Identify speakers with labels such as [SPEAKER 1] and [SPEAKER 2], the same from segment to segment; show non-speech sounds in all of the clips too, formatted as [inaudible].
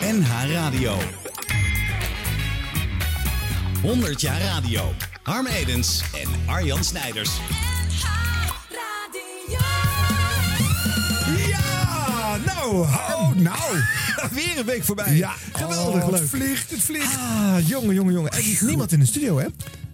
[SPEAKER 1] NH Radio. 100 jaar radio. Harm Edens en Arjan Snijders.
[SPEAKER 2] Ja, nou, oh, nou. [laughs] Weer een week voorbij.
[SPEAKER 3] Ja.
[SPEAKER 2] Geweldig
[SPEAKER 3] Oh, het
[SPEAKER 2] leuk.
[SPEAKER 3] vliegt, het vliegt.
[SPEAKER 2] Ah, jongen, jongen, jongen. En niemand in de studio, hè?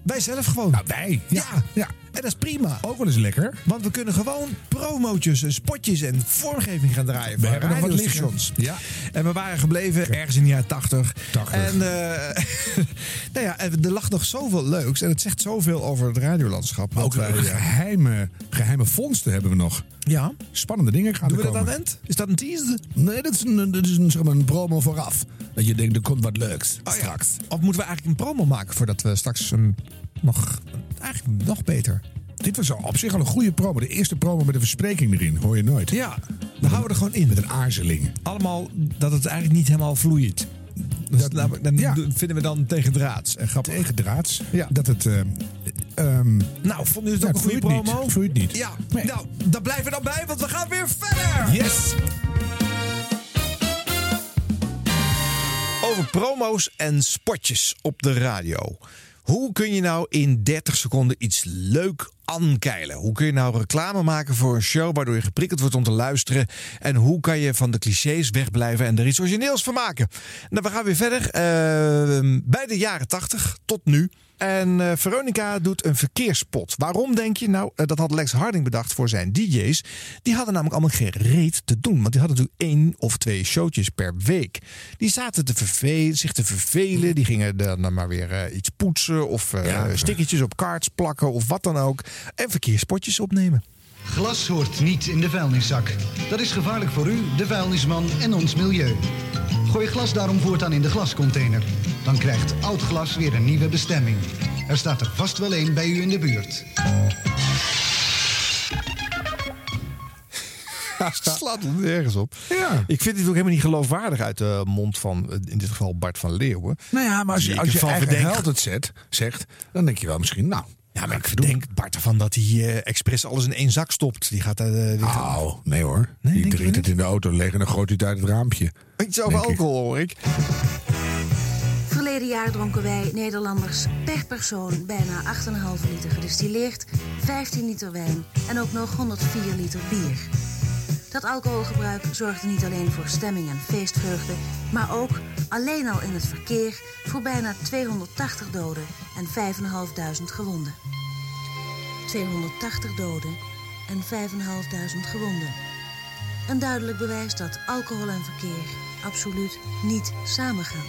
[SPEAKER 2] Wij zelf gewoon.
[SPEAKER 3] Nou, wij.
[SPEAKER 2] ja.
[SPEAKER 3] Ja. ja.
[SPEAKER 2] En dat is prima.
[SPEAKER 3] Ook wel eens lekker.
[SPEAKER 2] Want we kunnen gewoon promotjes en spotjes en vormgeving gaan draaien. voor
[SPEAKER 3] hebben nog wat
[SPEAKER 2] radiostations.
[SPEAKER 3] liggen. Ja.
[SPEAKER 2] En we waren gebleven ergens in de jaren 80.
[SPEAKER 3] 80.
[SPEAKER 2] En eh, [laughs] nou ja, er lag nog zoveel leuks. En het zegt zoveel over het radiolandschap.
[SPEAKER 3] Ook
[SPEAKER 2] dat wij, eh,
[SPEAKER 3] geheime, geheime vondsten hebben we nog.
[SPEAKER 2] ja.
[SPEAKER 3] Spannende dingen gaan
[SPEAKER 2] Doen
[SPEAKER 3] er
[SPEAKER 2] we dat aan
[SPEAKER 3] komen.
[SPEAKER 2] het eind? Is dat een teaser?
[SPEAKER 3] Nee, dat is, een, dat is een, zeg maar een promo vooraf. Dat je denkt, er komt wat leuks
[SPEAKER 2] Oh ja.
[SPEAKER 3] straks.
[SPEAKER 2] Of moeten we eigenlijk een promo maken voordat we straks een, nog, eigenlijk nog beter.
[SPEAKER 3] Dit was al op zich al een goede promo. De eerste promo met een verspreking erin, hoor je nooit.
[SPEAKER 2] Ja, we houden we er gewoon in.
[SPEAKER 3] Met een aarzeling.
[SPEAKER 2] Allemaal dat het eigenlijk niet helemaal vloeit. Dus
[SPEAKER 3] Dat-
[SPEAKER 2] namelijk- dan
[SPEAKER 3] ja.
[SPEAKER 2] do- vinden we dan tegen draads en grappig.
[SPEAKER 3] Tegendraads.
[SPEAKER 2] Ja.
[SPEAKER 3] Dat het... ehm ehm,
[SPEAKER 2] Nou, vonden
[SPEAKER 3] ja, het
[SPEAKER 2] jullie het ook een
[SPEAKER 3] vloeit
[SPEAKER 2] goede
[SPEAKER 3] niet.
[SPEAKER 2] promo?
[SPEAKER 3] Het vloeit niet.
[SPEAKER 2] Ja,
[SPEAKER 3] Nee.
[SPEAKER 2] nou, daar blijven we dan bij, want we gaan weer verder.
[SPEAKER 3] Yes!
[SPEAKER 2] Over promo's en spotjes op de radio. Hoe kun je nou in 30 seconden iets leuk ankeilen? Hoe kun je nou reclame maken voor een show waardoor je geprikkeld wordt om te luisteren? En hoe kan je van de clichés wegblijven en er iets origineels van maken? Nou, we gaan weer verder. eh, bij de jaren 80 tot nu. En eh, Veronica doet een verkeerspot. Waarom denk je? Nou, eh, dat had Lex Harding bedacht voor zijn DJ's. Die hadden namelijk allemaal geen reet te doen. Want die hadden natuurlijk één of twee showtjes per week. Die zaten te verve- zich te vervelen. Die gingen dan dan maar weer eh, iets poetsen. Of eh
[SPEAKER 3] Ja.
[SPEAKER 2] stickertjes op kaarts plakken. Of wat dan ook. En verkeerspotjes opnemen.
[SPEAKER 4] Glas hoort niet in de vuilniszak. Dat is gevaarlijk voor u, de vuilnisman en ons milieu. Gooi glas daarom voortaan in de glascontainer. Dan krijgt oud glas weer een nieuwe bestemming. Er staat er vast wel een bij u in de buurt.
[SPEAKER 2] [laughs] slaat het ergens op.
[SPEAKER 3] Ja.
[SPEAKER 2] Ik vind dit ook helemaal niet geloofwaardig uit de mond van, eh, in dit geval Bart van Leeuwen.
[SPEAKER 3] Nou ja, maar als
[SPEAKER 2] Die
[SPEAKER 3] je,
[SPEAKER 2] ik
[SPEAKER 3] als je
[SPEAKER 2] ervan
[SPEAKER 3] eigen
[SPEAKER 2] verdenk.
[SPEAKER 3] held het zet, zegt, dan denk je wel misschien, nou...
[SPEAKER 2] Ja, maar
[SPEAKER 3] ga
[SPEAKER 2] ik
[SPEAKER 3] het
[SPEAKER 2] denk Bart ervan dat hij eh, expres alles in één zak stopt. Die gaat daar. eh, die
[SPEAKER 3] doen.
[SPEAKER 2] gaat-
[SPEAKER 3] Nou, nee hoor.
[SPEAKER 2] Nee,
[SPEAKER 3] die
[SPEAKER 2] denk je
[SPEAKER 3] drinkt het
[SPEAKER 2] niet?
[SPEAKER 3] in de auto leeg en dan gooit hij het uit het raampje.
[SPEAKER 2] Iets over
[SPEAKER 3] Denk ik.
[SPEAKER 2] alcohol hoor ik.
[SPEAKER 5] Verleden jaar dronken wij Nederlanders per persoon bijna 8,5 liter gedistilleerd, 15 liter wijn en ook nog 104 liter bier. Dat alcoholgebruik zorgde niet alleen voor stemming en feestvreugde, maar ook alleen al in het verkeer voor bijna 280 doden en 5.500 gewonden. 280 doden en 5.500 gewonden. Een duidelijk bewijs dat alcohol en verkeer absoluut niet samengaan.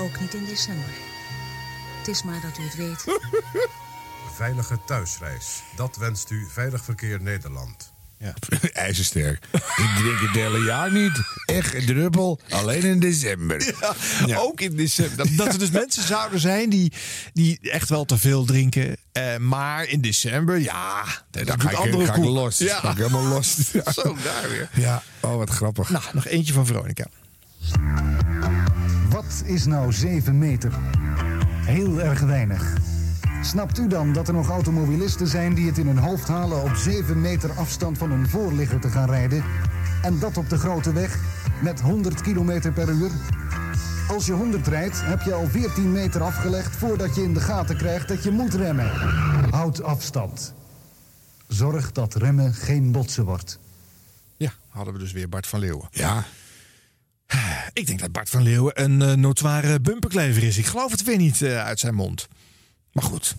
[SPEAKER 5] Ook niet in december. Het is maar dat u het weet.
[SPEAKER 6] Veilige thuisreis. Dat wenst u Veilig Verkeer Nederland.
[SPEAKER 3] [laughs] IJzersterk. ik drink het hele jaar niet. Echt een druppel. Alleen in december. Ja.
[SPEAKER 2] Ook in december. Dat, dat er
[SPEAKER 3] [laughs]
[SPEAKER 2] dus mensen zouden zijn die, die echt wel te veel drinken. Eh, maar in december, ja,
[SPEAKER 3] Nee,
[SPEAKER 2] dat
[SPEAKER 3] dan
[SPEAKER 2] doet
[SPEAKER 3] ga ik,
[SPEAKER 2] andere
[SPEAKER 3] ga ik
[SPEAKER 2] koek.
[SPEAKER 3] los.
[SPEAKER 2] Ja.
[SPEAKER 3] Ga ik helemaal los. Ja.
[SPEAKER 2] [laughs] Zo, daar weer.
[SPEAKER 3] Ja. Oh, wat grappig.
[SPEAKER 2] Nou, nog eentje van Veronica.
[SPEAKER 4] Wat is nou 7 meter? Heel erg weinig. Snapt u dan dat er nog automobilisten zijn die het in hun hoofd halen op 7 meter afstand van hun voorligger te gaan rijden? En dat op de grote weg met 100 km per uur? Als je 100 rijdt, heb je al 14 meter afgelegd voordat je in de gaten krijgt dat je moet remmen. Houd afstand. Zorg dat remmen geen botsen wordt.
[SPEAKER 2] Ja, hadden we dus weer Bart van Leeuwen.
[SPEAKER 3] Ja.
[SPEAKER 2] [sighs] Ik denk dat Bart van Leeuwen een eh, notoire bumperklever is. Ik geloof het weer niet eh, uit zijn mond. Maar goed,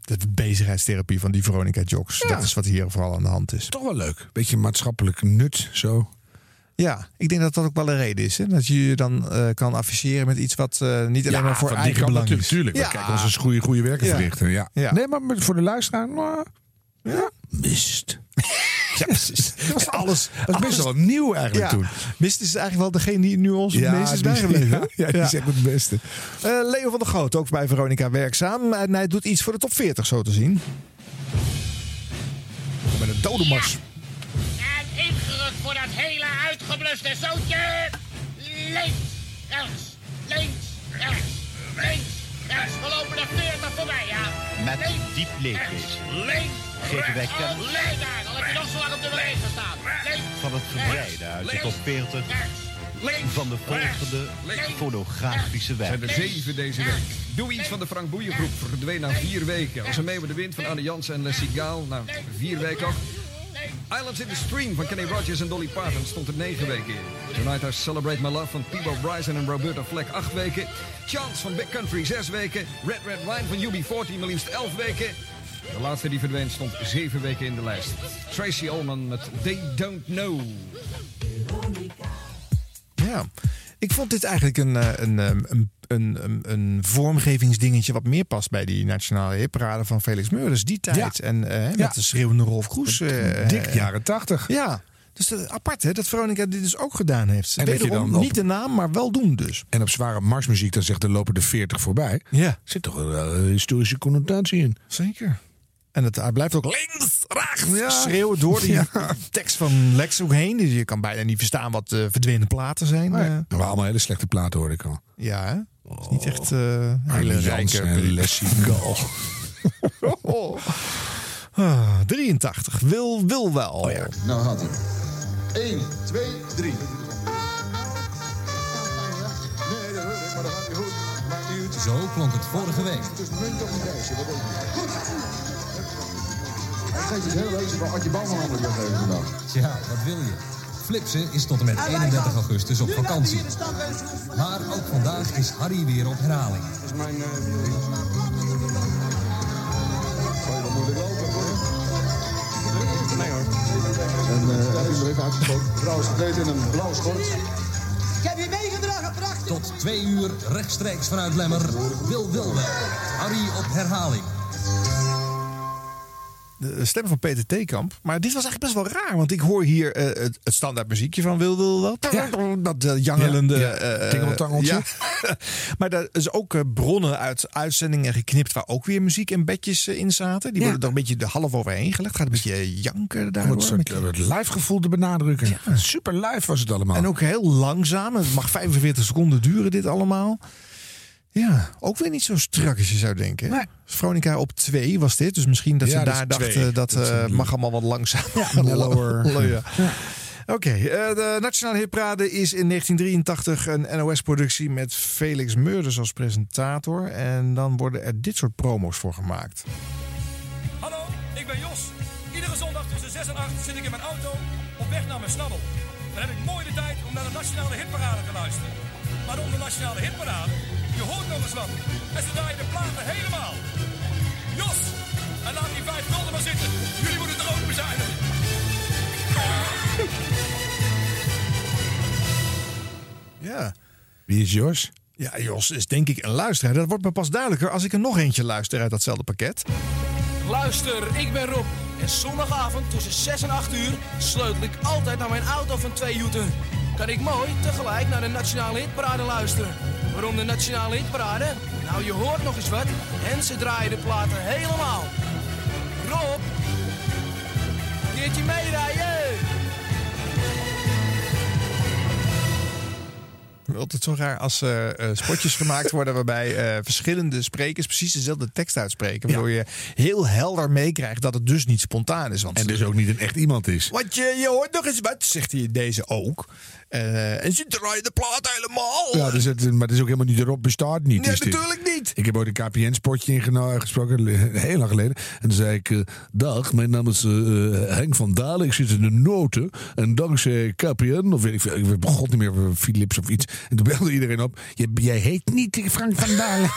[SPEAKER 2] de bezigheidstherapie van die Veronica Jocks. Dat is wat hier vooral aan de hand is.
[SPEAKER 3] Toch wel leuk. Beetje maatschappelijk nut, zo.
[SPEAKER 2] Ja, ik denk dat dat ook wel een reden is. Hè? Dat je je dan eh, kan afficheren met iets wat eh, niet alleen maar voor
[SPEAKER 3] van die
[SPEAKER 2] eigen
[SPEAKER 3] kant
[SPEAKER 2] belang is.
[SPEAKER 3] natuurlijk.
[SPEAKER 2] Ja.
[SPEAKER 3] Ja. Kijk, onze goede, goede werken
[SPEAKER 2] Ja.
[SPEAKER 3] verrichten. Ja.
[SPEAKER 2] Ja.
[SPEAKER 3] Nee, maar met- voor de luisteraar... nou, ja. Mist.
[SPEAKER 2] Ja, [laughs] precies.
[SPEAKER 3] Dat was alles. Dat was
[SPEAKER 2] alles-
[SPEAKER 3] best wel nieuw eigenlijk
[SPEAKER 2] Ja.
[SPEAKER 3] toen.
[SPEAKER 2] Mist is eigenlijk wel degene die nu ons het meest is
[SPEAKER 3] die- [laughs]
[SPEAKER 2] bijgebleven.
[SPEAKER 3] Ja, ja,
[SPEAKER 2] hè?
[SPEAKER 3] die
[SPEAKER 2] Ja.
[SPEAKER 3] is echt het beste.
[SPEAKER 2] Eh, Leo van der Groot, ook bij Veronica werkzaam. En hij doet iets voor de top 40 zo te zien. Met een dode mars.
[SPEAKER 7] En ingerukt voor dat hele uitgebluste zootje. Links, rechts, links, rechts, links, rechts. We lopen de 40 voorbij, ja.
[SPEAKER 8] Met
[SPEAKER 7] Links,
[SPEAKER 8] diep leedwezen.
[SPEAKER 7] rechts, Links, Oh,
[SPEAKER 8] Geven wij kennis.
[SPEAKER 7] Alleen daar, dan heb je nog zo lang op de 1 gestaan. Links,
[SPEAKER 8] Van het verbreiden
[SPEAKER 7] rechts,
[SPEAKER 8] uit de
[SPEAKER 7] links,
[SPEAKER 8] top 40
[SPEAKER 7] rechts, links,
[SPEAKER 8] van de
[SPEAKER 7] rechts,
[SPEAKER 8] volgende
[SPEAKER 7] links,
[SPEAKER 8] fonografische
[SPEAKER 9] zijn er
[SPEAKER 8] wijk.
[SPEAKER 9] zeven deze week. Doe iets van de Frank Boeiengroep verdween na vier weken. Als een mee met de wind van Anne Jansen en Leslie Gaal na vier weken af. Islands in the Stream van Kenny Rogers en Dolly Parton stond er negen weken in. Tonight I Celebrate My Love van Peebo Bryson en Roberta Fleck acht weken. Chance van Big Country zes weken. Red Red Wine van UB40 maar liefst elf weken. De laatste die verdween stond zeven weken in de lijst. Tracy Ullman met They Don't Know.
[SPEAKER 2] Ja, ik vond dit eigenlijk een, eh, een, eh, een, een, een, een vormgevingsdingetje wat meer past bij die nationale hitparade van Felix Meurders. Die tijd
[SPEAKER 3] Ja.
[SPEAKER 2] en eh, met
[SPEAKER 3] Ja.
[SPEAKER 2] de schreeuwende Rolf Kroes. eh,
[SPEAKER 3] Dik
[SPEAKER 2] eh,
[SPEAKER 3] jaren tachtig.
[SPEAKER 2] Ja, dus eh, apart hè, dat Veronica dit dus ook gedaan heeft.
[SPEAKER 3] En dat je
[SPEAKER 2] Wederom
[SPEAKER 3] dan op-
[SPEAKER 2] niet de naam, maar wel doen dus.
[SPEAKER 3] En op zware marsmuziek, dan zegt er lopen de 40 voorbij.
[SPEAKER 2] Ja,
[SPEAKER 3] Zit toch wel eh, een historische connotatie in.
[SPEAKER 2] zeker. En het, hij blijft ook links, rechts schreeuwen door
[SPEAKER 3] [laughs]
[SPEAKER 2] die
[SPEAKER 3] Ja.
[SPEAKER 2] tekst van Lex ook heen. Dus je kan bijna niet verstaan wat eh, verdwenen platen zijn.
[SPEAKER 3] Maar
[SPEAKER 2] eh.
[SPEAKER 3] ja, waren allemaal hele slechte platen hoorde ik al.
[SPEAKER 2] ja, hè? Het is niet echt eh hele
[SPEAKER 3] Arne Jansen en
[SPEAKER 2] rijke...
[SPEAKER 3] Leslie Gal.
[SPEAKER 2] [laughs] [laughs] Ah, 83, wil, wil wel.
[SPEAKER 3] Oh
[SPEAKER 10] Nou gaat hij. 1, 2, 3. Nee, dat hoor ik, maar dat gaat niet goed. Maakt niet uit. Zo klonk het vorige week. Het is munt op een reisje, dat weet ik niet. Goed. Ik geef je het hele lezen van Adje Bouwman namelijk weggeven vandaag. Ja, wat wil je? Flipsen is tot en met 31 augustus op vakantie. Maar ook vandaag is Harry weer op herhaling. Dat is mijn... eh, dat moet ik lopen, hoor. En eh heb je er even uitgesproken. Trouwens, gekleed in een blauw schort. Tot twee uur rechtstreeks vanuit Lemmer. Wil Wil wel. Harry op herhaling.
[SPEAKER 2] de stem van Peter Theekamp. Maar dit was eigenlijk best wel raar. Want ik hoor hier eh, het, het standaard muziekje van Wil Wil Wel. Dat eh, jangelende...
[SPEAKER 3] Ja, ja.
[SPEAKER 2] eh,
[SPEAKER 3] Tingeltangeltje.
[SPEAKER 2] ja. [laughs] maar daar is ook eh, bronnen uit uitzendingen geknipt... waar ook weer muziek en bedjes eh, in zaten. Die worden er een beetje de half overheen gelegd. Gaat een beetje janken
[SPEAKER 3] Om het,
[SPEAKER 2] daardoor.
[SPEAKER 3] soort, eh, het live gevoel te benadrukken. Super live was het allemaal.
[SPEAKER 2] En ook heel langzaam. Het mag 45 seconden duren dit allemaal. Ja, ook weer niet zo strak als je zou denken.
[SPEAKER 3] Nee.
[SPEAKER 2] Veronica op 2 was dit. Dus misschien dat
[SPEAKER 3] Ja,
[SPEAKER 2] ze
[SPEAKER 3] dat
[SPEAKER 2] daar
[SPEAKER 3] is twee.
[SPEAKER 2] dachten dat
[SPEAKER 3] Dat is
[SPEAKER 2] eh,
[SPEAKER 3] een- [laughs]
[SPEAKER 2] mag allemaal wat langzamer. [laughs]
[SPEAKER 3] mellower. [laughs]
[SPEAKER 2] Lo- ja. Oké, eh, de Nationale Hitparade is in 1983 een NOS-productie met Felix Meurders als presentator. En dan worden er dit soort promos voor gemaakt.
[SPEAKER 11] Hallo, ik ben Jos. Iedere zondag tussen 6 en 8 zit ik in mijn auto op weg naar mijn snabbel. Dan heb ik mooi de tijd om naar de Nationale Hitparade te luisteren. Maar om de Nationale Hitparade, je hoort nog eens wat. En ze draaien de platen helemaal. Jos, en laat die vijf gulden maar zitten. Jullie moeten er ook bezuinigen.
[SPEAKER 2] Ja.
[SPEAKER 3] Wie is Jos?
[SPEAKER 2] Ja, Jos is denk ik een luisteraar. Dat wordt me pas duidelijker als ik er nog eentje luister uit datzelfde pakket.
[SPEAKER 11] Luister, ik ben Rob. En zondagavond tussen 6 en 8 uur sleutel ik altijd naar mijn auto van 2 Newton. Kan ik mooi tegelijk naar de Nationale Hitparade luisteren. Waarom de Nationale Hitparade? Nou, je hoort nog eens wat. En ze draaien de platen helemaal. Rob, een keertje meerijden!
[SPEAKER 2] Altijd zo raar als eh, eh,
[SPEAKER 3] [laughs]
[SPEAKER 2] spotjes gemaakt worden waarbij eh, verschillende sprekers precies dezelfde tekst uitspreken. Waardoor je heel helder meekrijgt dat het dus niet spontaan is. Want,
[SPEAKER 3] En dus ook niet een echt iemand is.
[SPEAKER 2] want je, je hoort nog eens wat, zegt hij deze ook. Eh, en ze draaien de plaat helemaal.
[SPEAKER 3] Ja, dus het, maar het is ook helemaal niet erop bestaat niet.
[SPEAKER 2] nee,
[SPEAKER 3] is dit.
[SPEAKER 2] natuurlijk niet.
[SPEAKER 3] Ik heb ooit een KPN-spotje ingesproken, heel lang geleden. En toen zei ik, eh, dag, mijn naam is eh, eh, Henk van Dalen. Ik zit in de noten. En dankzij KPN, of weet ik veel, ik weet begon niet meer, eh, Philips of iets. En toen belde iedereen op, "Jij- jij heet niet Frank van Dalen.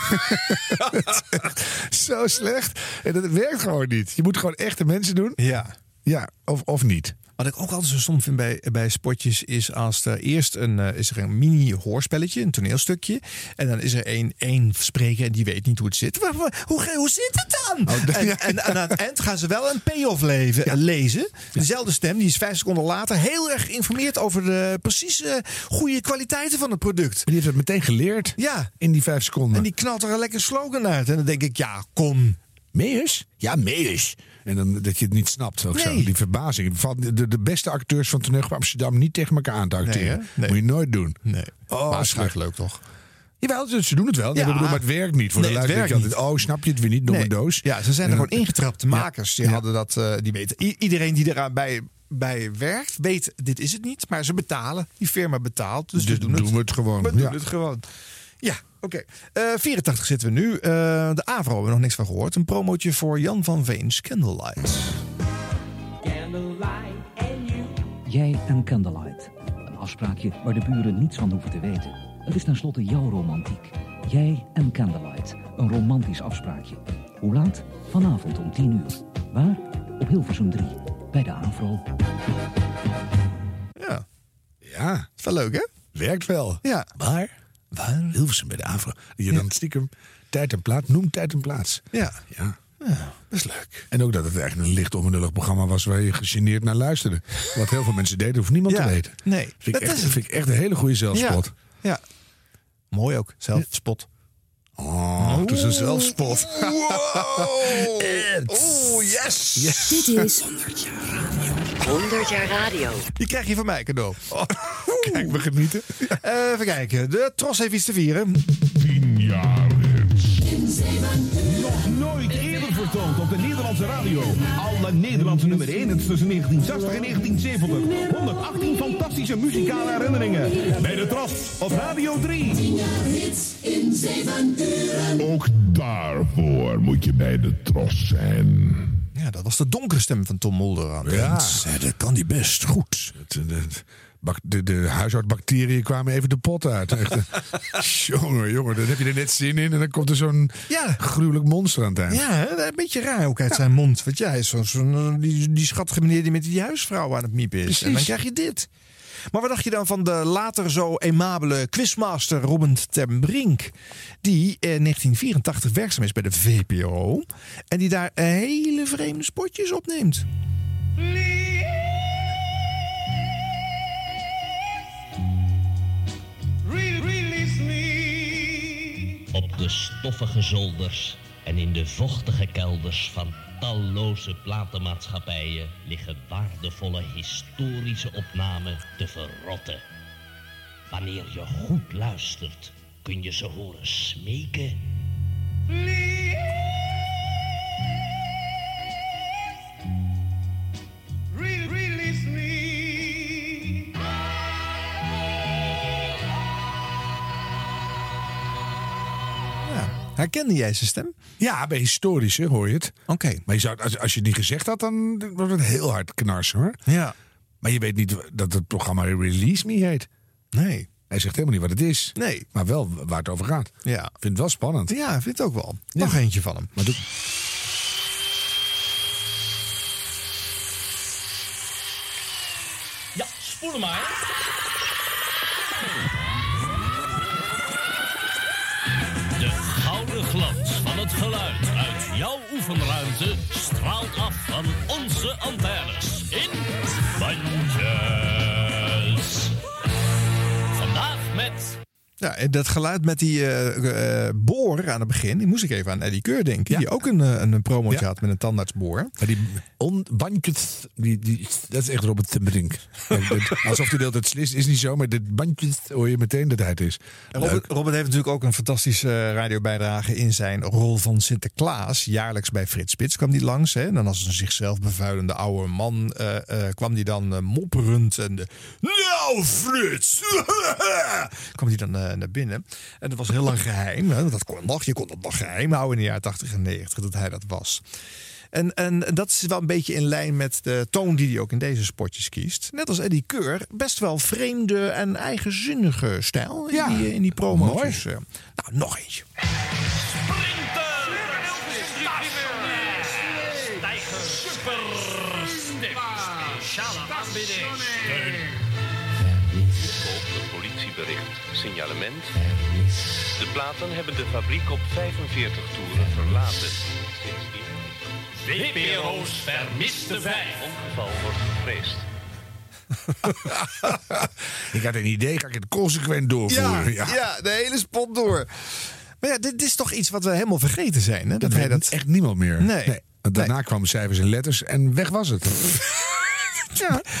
[SPEAKER 3] Zo slecht. En dat werkt gewoon Oh, niet. Je moet gewoon echte mensen doen.
[SPEAKER 2] Ja.
[SPEAKER 3] Ja, of, of niet.
[SPEAKER 2] Wat ik ook altijd zo stom vind bij, bij spotjes is als er eerst een, eh, is er een mini hoorspelletje, een toneelstukje. En dan is er één, één spreker en die weet niet hoe het zit. Maar, maar hoe, ge- hoe zit het dan?
[SPEAKER 3] Oh, dat-
[SPEAKER 2] [laughs] en, en, en aan het eind gaan ze wel een payoff leven, lezen. Dezelfde stem, die is vijf seconden later heel erg geïnformeerd over de precieze goede kwaliteiten van het product.
[SPEAKER 3] Maar die heeft het meteen geleerd
[SPEAKER 2] Ja,
[SPEAKER 3] in die vijf seconden.
[SPEAKER 2] en die knalt er een lekker slogan uit. En dan denk ik, ja, kom.
[SPEAKER 3] Meus? Ja, Meus. En dan dat je het niet snapt ook zo.
[SPEAKER 2] Nee.
[SPEAKER 3] Die verbazing. Valt de, de beste acteurs van toneel Amsterdam niet tegen elkaar aan te acteren.
[SPEAKER 2] hè? Nee.
[SPEAKER 3] Moet je nooit doen.
[SPEAKER 2] Nee,
[SPEAKER 3] Oh,
[SPEAKER 2] maar het is
[SPEAKER 3] schrik.
[SPEAKER 2] erg leuk toch?
[SPEAKER 3] Jawel, ze ze doen het wel.
[SPEAKER 2] Ja.
[SPEAKER 3] Ja. bedoel, Oh, maar het werkt niet. Voor
[SPEAKER 2] Nee,
[SPEAKER 3] de
[SPEAKER 2] het
[SPEAKER 3] luisteraar
[SPEAKER 2] werkt
[SPEAKER 3] denk je altijd, oh, snap je het weer niet, domme
[SPEAKER 2] Nee.
[SPEAKER 3] doos.
[SPEAKER 2] Ja, ze zijn er
[SPEAKER 3] En
[SPEAKER 2] gewoon
[SPEAKER 3] dan-
[SPEAKER 2] ingetrapt. De makers die
[SPEAKER 3] Ja.
[SPEAKER 2] hadden dat, eh, die weten. I- iedereen die eraan bij bij werkt, weet dit is het niet. Maar ze betalen. Die firma betaalt. Dus
[SPEAKER 3] Dus
[SPEAKER 2] we doen,
[SPEAKER 3] doen
[SPEAKER 2] het.
[SPEAKER 3] we het gewoon,
[SPEAKER 2] We doen
[SPEAKER 3] ja.
[SPEAKER 2] het gewoon. Ja, oké. Eh 84 zitten we nu. Eh, de AVRO hebben we nog niks van gehoord. Een promotje voor Jan van Veen's Candlelight.
[SPEAKER 8] Jij en Candlelight. Een afspraakje waar de buren niets van hoeven te weten. Het is tenslotte jouw romantiek. Jij en Candlelight. Een romantisch afspraakje. Hoe laat? Vanavond om 10 uur. Waar? Op Hilversum 3. Bij de Avro.
[SPEAKER 2] Ja.
[SPEAKER 3] Ja.
[SPEAKER 2] Is wel leuk, hè?
[SPEAKER 3] Werkt wel.
[SPEAKER 2] Ja.
[SPEAKER 3] Maar, waar? Hilversum bij de AVRO. Dat je dan stiekem tijd en plaats, noem tijd en plaats.
[SPEAKER 2] Ja.
[SPEAKER 3] Ja.
[SPEAKER 2] Dat is leuk.
[SPEAKER 3] En ook dat het eigenlijk een licht onbenullig programma was waar je gegeneerd naar luisterde. Wat heel veel mensen deden, hoeft niemand
[SPEAKER 2] Ja.
[SPEAKER 3] te weten.
[SPEAKER 2] Nee.
[SPEAKER 3] Vind ik,
[SPEAKER 2] Dat
[SPEAKER 3] echt,
[SPEAKER 2] is het.
[SPEAKER 3] vind ik echt een hele goede zelfspot.
[SPEAKER 2] Ja. ja. Mooi ook. Zelfspot.
[SPEAKER 3] Oh, het is een zelfspot.
[SPEAKER 2] [laughs] Oh, yes!
[SPEAKER 12] Dit is 100 jaar radio.
[SPEAKER 2] Die krijg je van mij cadeau. Kijk, we genieten. Eh, even kijken. De Tros heeft iets te vieren.
[SPEAKER 13] Nog nooit eerder vertoond op de Nederlandse radio. Alle Nederlandse nummer 1 tussen 1960 en 1970. 118 fantastische muzikale herinneringen. Bij de Tros op Radio 3.
[SPEAKER 12] in 7
[SPEAKER 13] Ook daarvoor moet je bij de Tros zijn.
[SPEAKER 2] Ja, dat was de donkere stem van Tom Mulder aan de
[SPEAKER 3] Ja.
[SPEAKER 2] hand. Ja, dat kan die best goed.
[SPEAKER 3] Het- het- bak- De, de huishoudbacteriën kwamen even de pot uit. Echt, eh, [laughs] jongen, jongen, dan heb je er net zin in. En dan komt er zo'n
[SPEAKER 2] Ja.
[SPEAKER 3] gruwelijk monster aan het eind.
[SPEAKER 2] Ja, hè, een beetje raar ook uit zijn mond. Want jij is zo'n zo'n, eh, die, die schattige meneer die met die huisvrouw aan het miepen is. En dan
[SPEAKER 3] Precies.
[SPEAKER 2] krijg je dit. Maar wat dacht je dan van de later zo emabele quizmaster Robin ten Brink? Die in 1984 werkzaam is bij de VPRO. En die daar hele vreemde spotjes opneemt.
[SPEAKER 11] Op de stoffige zolders en in de vochtige kelders van talloze platenmaatschappijen liggen waardevolle historische opnamen te verrotten. Wanneer je goed luistert, kun je ze horen smeken.
[SPEAKER 2] Herkende jij zijn stem?
[SPEAKER 3] Ja, bij historische hoor je het.
[SPEAKER 2] Oké.
[SPEAKER 3] Maar je zou, het- als, als je het niet gezegd had, dan wordt het heel hard knarsen hoor.
[SPEAKER 2] Ja.
[SPEAKER 3] Maar je weet niet dat het programma Release Me heet.
[SPEAKER 2] Nee.
[SPEAKER 3] Hij zegt helemaal niet wat het is.
[SPEAKER 2] Nee.
[SPEAKER 3] Maar wel waar het over gaat. Ik
[SPEAKER 2] Ja.
[SPEAKER 3] vind het wel spannend.
[SPEAKER 2] Ja, ik vind het ook wel. Nog eentje van hem.
[SPEAKER 3] Maar doe...
[SPEAKER 11] Ja, spoel maar. De gouden glans van het geluid uit jouw oefenruimte straalt af van onze antennes in bandjes. Vandaag met
[SPEAKER 2] Ja, en dat geluid met die eh, eh, boor aan het begin, die moest ik even aan Eddie Keur denken.
[SPEAKER 3] Ja.
[SPEAKER 2] Die ook een, eh, een, een promotje
[SPEAKER 3] Ja.
[SPEAKER 2] had met een tandartsboor.
[SPEAKER 3] Maar die on, bandjes, die, die, dat is echt Robert ten Brink. Alsof hij de hele tijd slist, is niet zo. Maar dit bandjes hoor je meteen
[SPEAKER 2] [laughs]
[SPEAKER 3] dat hij het is.
[SPEAKER 2] En Robert, Robert heeft natuurlijk ook een fantastische eh, radiobijdrage in zijn rol van Sinterklaas. Jaarlijks bij Frits Spits kwam die langs. Hè? En dan als een zichzelf bevuilende oude man eh, eh, kwam die dan eh, mopperend. En de, nou Frits! [laughs] kwam die dan eh, naar binnen. En dat was heel lang geheim. Hè? Want dat kon nog. Je kon dat nog geheim houden in de jaren 80 en 90 dat hij dat was. En, en dat is wel een beetje in lijn met de toon die hij ook in deze spotjes kiest. Net als Eddie Keur, best wel vreemde en eigenzinnige stijl in,
[SPEAKER 3] Ja.
[SPEAKER 2] die, in die promo's. Nou, nog eentje.
[SPEAKER 11] Stijger Super Stip. Speciale aanbieding.
[SPEAKER 14] Volgende politiebericht. Signalement. De platen hebben de fabriek op 45 toeren verlaten. Sindsdien
[SPEAKER 11] WPO's vermiste vijf.
[SPEAKER 14] ongeval wordt gevreesd.
[SPEAKER 3] Ik had een idee, ga ik het consequent
[SPEAKER 2] Ja,
[SPEAKER 3] doorvoeren.
[SPEAKER 2] ja. de hele spot door. Maar ja, dit is toch iets wat we helemaal vergeten zijn. Hè? Dat
[SPEAKER 3] Dat
[SPEAKER 2] wij
[SPEAKER 3] weet
[SPEAKER 2] dat...
[SPEAKER 3] echt niemand meer.
[SPEAKER 2] Nee. [laughs]
[SPEAKER 3] Want Daarna kwamen cijfers en letters en weg was het.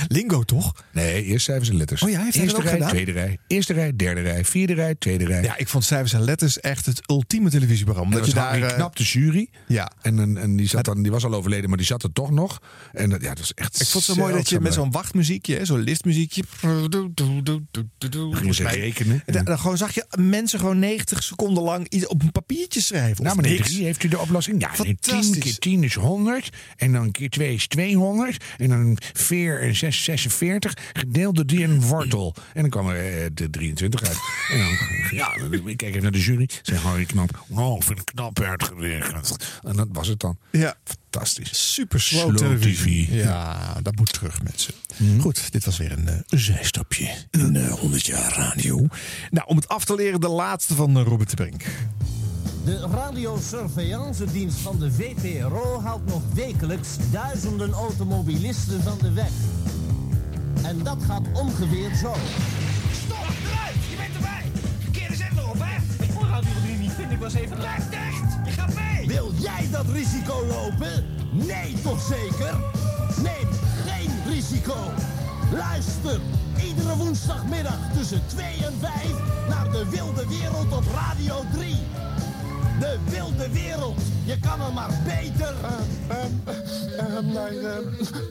[SPEAKER 2] Lingo toch?
[SPEAKER 3] Nee, eerst cijfers en letters.
[SPEAKER 2] Oh ja, heeft hij
[SPEAKER 3] Eerste
[SPEAKER 2] dat ook
[SPEAKER 3] rij,
[SPEAKER 2] gedaan?
[SPEAKER 3] tweede rij. Eerste rij, derde rij, vierde rij, tweede rij.
[SPEAKER 2] Ja, ik vond cijfers en letters echt het ultieme televisieprogramma.
[SPEAKER 3] dat
[SPEAKER 2] Dat je daar eh,
[SPEAKER 3] knap de jury.
[SPEAKER 2] Ja.
[SPEAKER 3] En, en, en die, zat dan, die was al overleden, maar die zat er toch nog. En dat, ja, dat is echt
[SPEAKER 2] Ik vond het zo mooi dat je met zo'n wachtmuziekje, hè, zo'n listmuziekje.
[SPEAKER 3] Ging ze rekenen.
[SPEAKER 2] En dan, dan gewoon zag je mensen gewoon 90 seconden lang iets op een papiertje schrijven.
[SPEAKER 3] Nou,
[SPEAKER 2] Of
[SPEAKER 3] meneer
[SPEAKER 2] niks.
[SPEAKER 3] 3 heeft u de oplossing. Ja, nee, 10
[SPEAKER 2] Fantastisch.
[SPEAKER 3] keer 10 is 100. En dan keer 2 is 200. En dan 4 en 6 46. Gedeeld door 3 en wortel. En dan kwam er eh, de 23 uit. en dan, [laughs] ja, dan- ik kijk even naar de jury. Zei Harry Knap. Oh, ik vind het knap uitgerekend. En dat was het dan.
[SPEAKER 2] Ja.
[SPEAKER 3] Fantastisch.
[SPEAKER 2] Super slow,
[SPEAKER 3] Slow
[SPEAKER 2] televisie.
[SPEAKER 3] TV.
[SPEAKER 2] Ja, dat moet terug, mensen.
[SPEAKER 3] Mhm.
[SPEAKER 2] Goed, dit was weer een eh, zijstapje in eh, 100 jaar radio. Nou, om het af te leren, de laatste van eh, Robert de Brink. [laughs]
[SPEAKER 15] De radiosurveillancedienst van de VPRO haalt nog wekelijks duizenden automobilisten van de weg. En dat gaat ongeveer zo.
[SPEAKER 7] Stop, eruit, je bent erbij. Verkeerde zender op, hè? Ik voorhoud jullie niet, vind ik was even... Blijf dicht, je gaat mee.
[SPEAKER 15] Wil jij dat risico lopen? Nee, toch zeker? Neem geen risico. Luister iedere woensdagmiddag tussen 2 en 5 naar de Wilde Wereld op Radio 3. De Wilde Wereld. Je kan er maar beter eh,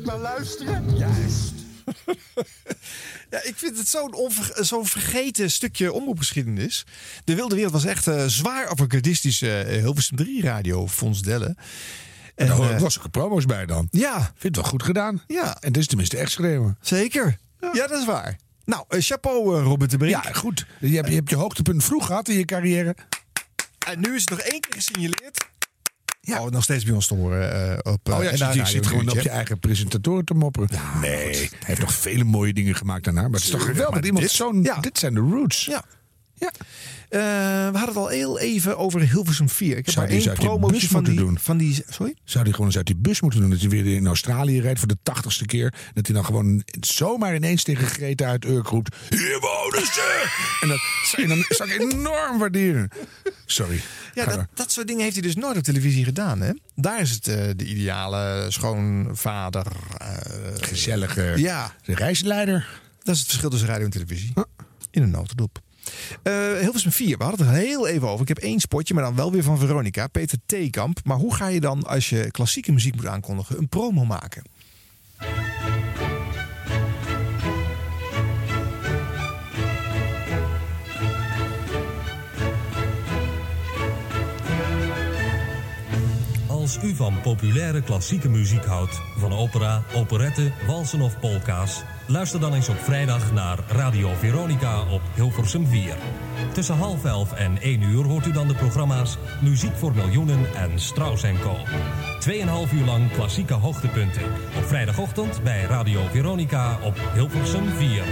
[SPEAKER 15] naar, luisteren. Juist.
[SPEAKER 2] Ja, ik vind het zo'n onver- zo'n vergeten stukje omroepgeschiedenis. De Wilde Wereld was echt eh, zwaar avantgardistische eh, Hilversum 3 radio, Fons Delle. En,
[SPEAKER 3] Daar horen
[SPEAKER 2] eh,
[SPEAKER 3] was ook promos bij dan.
[SPEAKER 2] Ja.
[SPEAKER 3] Vind het wel goed gedaan.
[SPEAKER 2] Ja.
[SPEAKER 3] En het is tenminste echt schreeuwen.
[SPEAKER 2] Zeker. Ja, dat is waar. Nou, eh, chapeau eh, Robert de Brink.
[SPEAKER 3] Ja, goed. Je hebt, je hebt je hoogtepunt vroeg gehad in je carrière.
[SPEAKER 2] En nu is het nog één keer gesignaleerd. Ja. Oh, nog steeds bij ons te horen. eh, op, eh,
[SPEAKER 3] Oh ja,
[SPEAKER 2] NH
[SPEAKER 3] je,
[SPEAKER 2] Radio
[SPEAKER 3] zit gewoon op
[SPEAKER 2] Nieuwtje,
[SPEAKER 3] je
[SPEAKER 2] hè?
[SPEAKER 3] eigen presentatoren te mopperen. nee, hij heeft nog vele mooie dingen gemaakt daarna. Maar het is toch
[SPEAKER 2] Tuurlijk,
[SPEAKER 3] geweldig.
[SPEAKER 2] maar
[SPEAKER 3] Iemand
[SPEAKER 2] dit-
[SPEAKER 3] zo'n,
[SPEAKER 2] ja.
[SPEAKER 3] Dit zijn de roots.
[SPEAKER 2] Ja. Eh, we hadden het al heel even over Hilversum 4. Ik heb
[SPEAKER 3] Zou
[SPEAKER 2] maar
[SPEAKER 3] die eens
[SPEAKER 2] één
[SPEAKER 3] uit die
[SPEAKER 2] promotie
[SPEAKER 3] bus
[SPEAKER 2] van
[SPEAKER 3] moeten
[SPEAKER 2] die,
[SPEAKER 3] doen?
[SPEAKER 2] van die... Sorry?
[SPEAKER 3] Zou hij gewoon eens uit die bus moeten doen. Dat hij weer in Australië rijdt voor de tachtigste keer. Dat hij dan gewoon zomaar ineens tegen Greta uit Urk roept. Hier wonen ze! en dat zou, je dan, zou ik enorm waarderen. Sorry.
[SPEAKER 2] Ja,
[SPEAKER 3] Ga
[SPEAKER 2] dat,
[SPEAKER 3] door.
[SPEAKER 2] dat soort dingen heeft hij dus nooit op televisie gedaan. Hè? Daar is het eh, de ideale schoonvader. eh,
[SPEAKER 3] Gezellige
[SPEAKER 2] ja,
[SPEAKER 3] de reisleider.
[SPEAKER 2] dat is het verschil tussen radio en televisie. In een notendop. Eh Hilversum 4, we hadden het er heel even over. Ik heb één spotje, maar dan wel weer van Veronica, Peter Theekamp. Maar hoe ga je dan, als je klassieke muziek moet aankondigen, een promo maken?
[SPEAKER 14] Als u van populaire klassieke muziek houdt, van opera, operetten, walsen of polka's, luister dan eens op vrijdag naar Radio Veronica op Hilversum 4. Tussen half elf en 1 uur hoort u dan de programma's Muziek voor Miljoenen en Strauss Co. 2,5 uur lang klassieke hoogtepunten. Op vrijdagochtend bij Radio Veronica op Hilversum 4.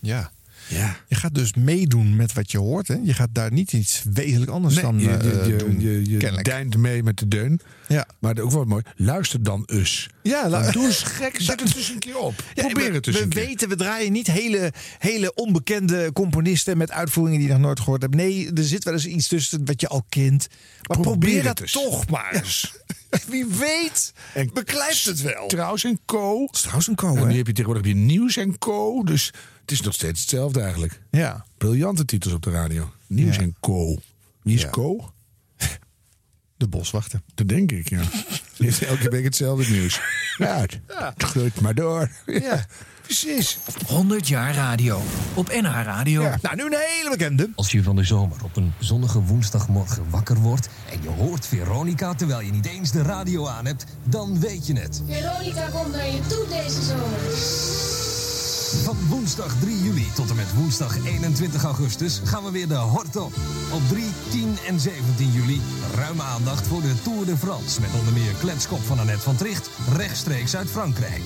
[SPEAKER 2] Ja.
[SPEAKER 3] Ja.
[SPEAKER 2] Je gaat dus meedoen met wat je hoort. Hè? Je gaat daar niet iets wezenlijk anders dan
[SPEAKER 3] je, je,
[SPEAKER 2] eh,
[SPEAKER 3] je-
[SPEAKER 2] doen.
[SPEAKER 3] je, je
[SPEAKER 2] kennelijk.
[SPEAKER 3] deint mee met de deun.
[SPEAKER 2] Ja.
[SPEAKER 3] Maar ook wel mooi. Luister dan eens.
[SPEAKER 2] Ja,
[SPEAKER 3] Dan
[SPEAKER 2] la-
[SPEAKER 3] doe eens
[SPEAKER 2] [laughs]
[SPEAKER 3] gek. Zet het dus een keer op.
[SPEAKER 2] Ja,
[SPEAKER 3] Probeer
[SPEAKER 2] we,
[SPEAKER 3] het dus
[SPEAKER 2] we
[SPEAKER 3] een keer.
[SPEAKER 2] weten, we draaien niet hele, hele onbekende componisten met uitvoeringen die je nog nooit gehoord hebt. Nee, er zit wel eens iets tussen wat je al kent. Maar probeer,
[SPEAKER 3] Probeer het
[SPEAKER 2] dat
[SPEAKER 3] eens. [laughs]
[SPEAKER 2] toch maar eens. Wie weet,
[SPEAKER 3] En
[SPEAKER 2] beklijft het wel.
[SPEAKER 3] Trouwens en co.
[SPEAKER 2] Trouwens, een
[SPEAKER 3] En
[SPEAKER 2] komen.
[SPEAKER 3] nu heb je tegenwoordig heb je nieuws en co. Dus het is nog steeds hetzelfde eigenlijk.
[SPEAKER 2] Ja.
[SPEAKER 3] Briljante titels op de radio. Nieuws
[SPEAKER 2] Ja.
[SPEAKER 3] en co. Wie is
[SPEAKER 2] Ja.
[SPEAKER 3] co?
[SPEAKER 2] [laughs] De boswachter.
[SPEAKER 3] Dat denk ik,
[SPEAKER 2] [laughs]
[SPEAKER 3] ja. Die heeft elke week hetzelfde nieuws. Ja, het het groeit maar door.
[SPEAKER 2] Ja, precies.
[SPEAKER 16] 100 jaar radio op NH Radio.
[SPEAKER 2] Ja. Nou, nu een hele bekende.
[SPEAKER 14] Als je van de zomer op een zonnige woensdagmorgen wakker wordt en je hoort Veronica terwijl je niet eens de radio aan hebt, dan weet je het.
[SPEAKER 17] Veronica komt naar je toe deze zomer.
[SPEAKER 14] Van woensdag 3 juli tot en met woensdag 21 augustus gaan we weer de hort op. Op 3, 10 en 17 juli ruime aandacht voor de Tour de France... met onder meer kletskop van Annette van Tricht rechtstreeks uit Frankrijk.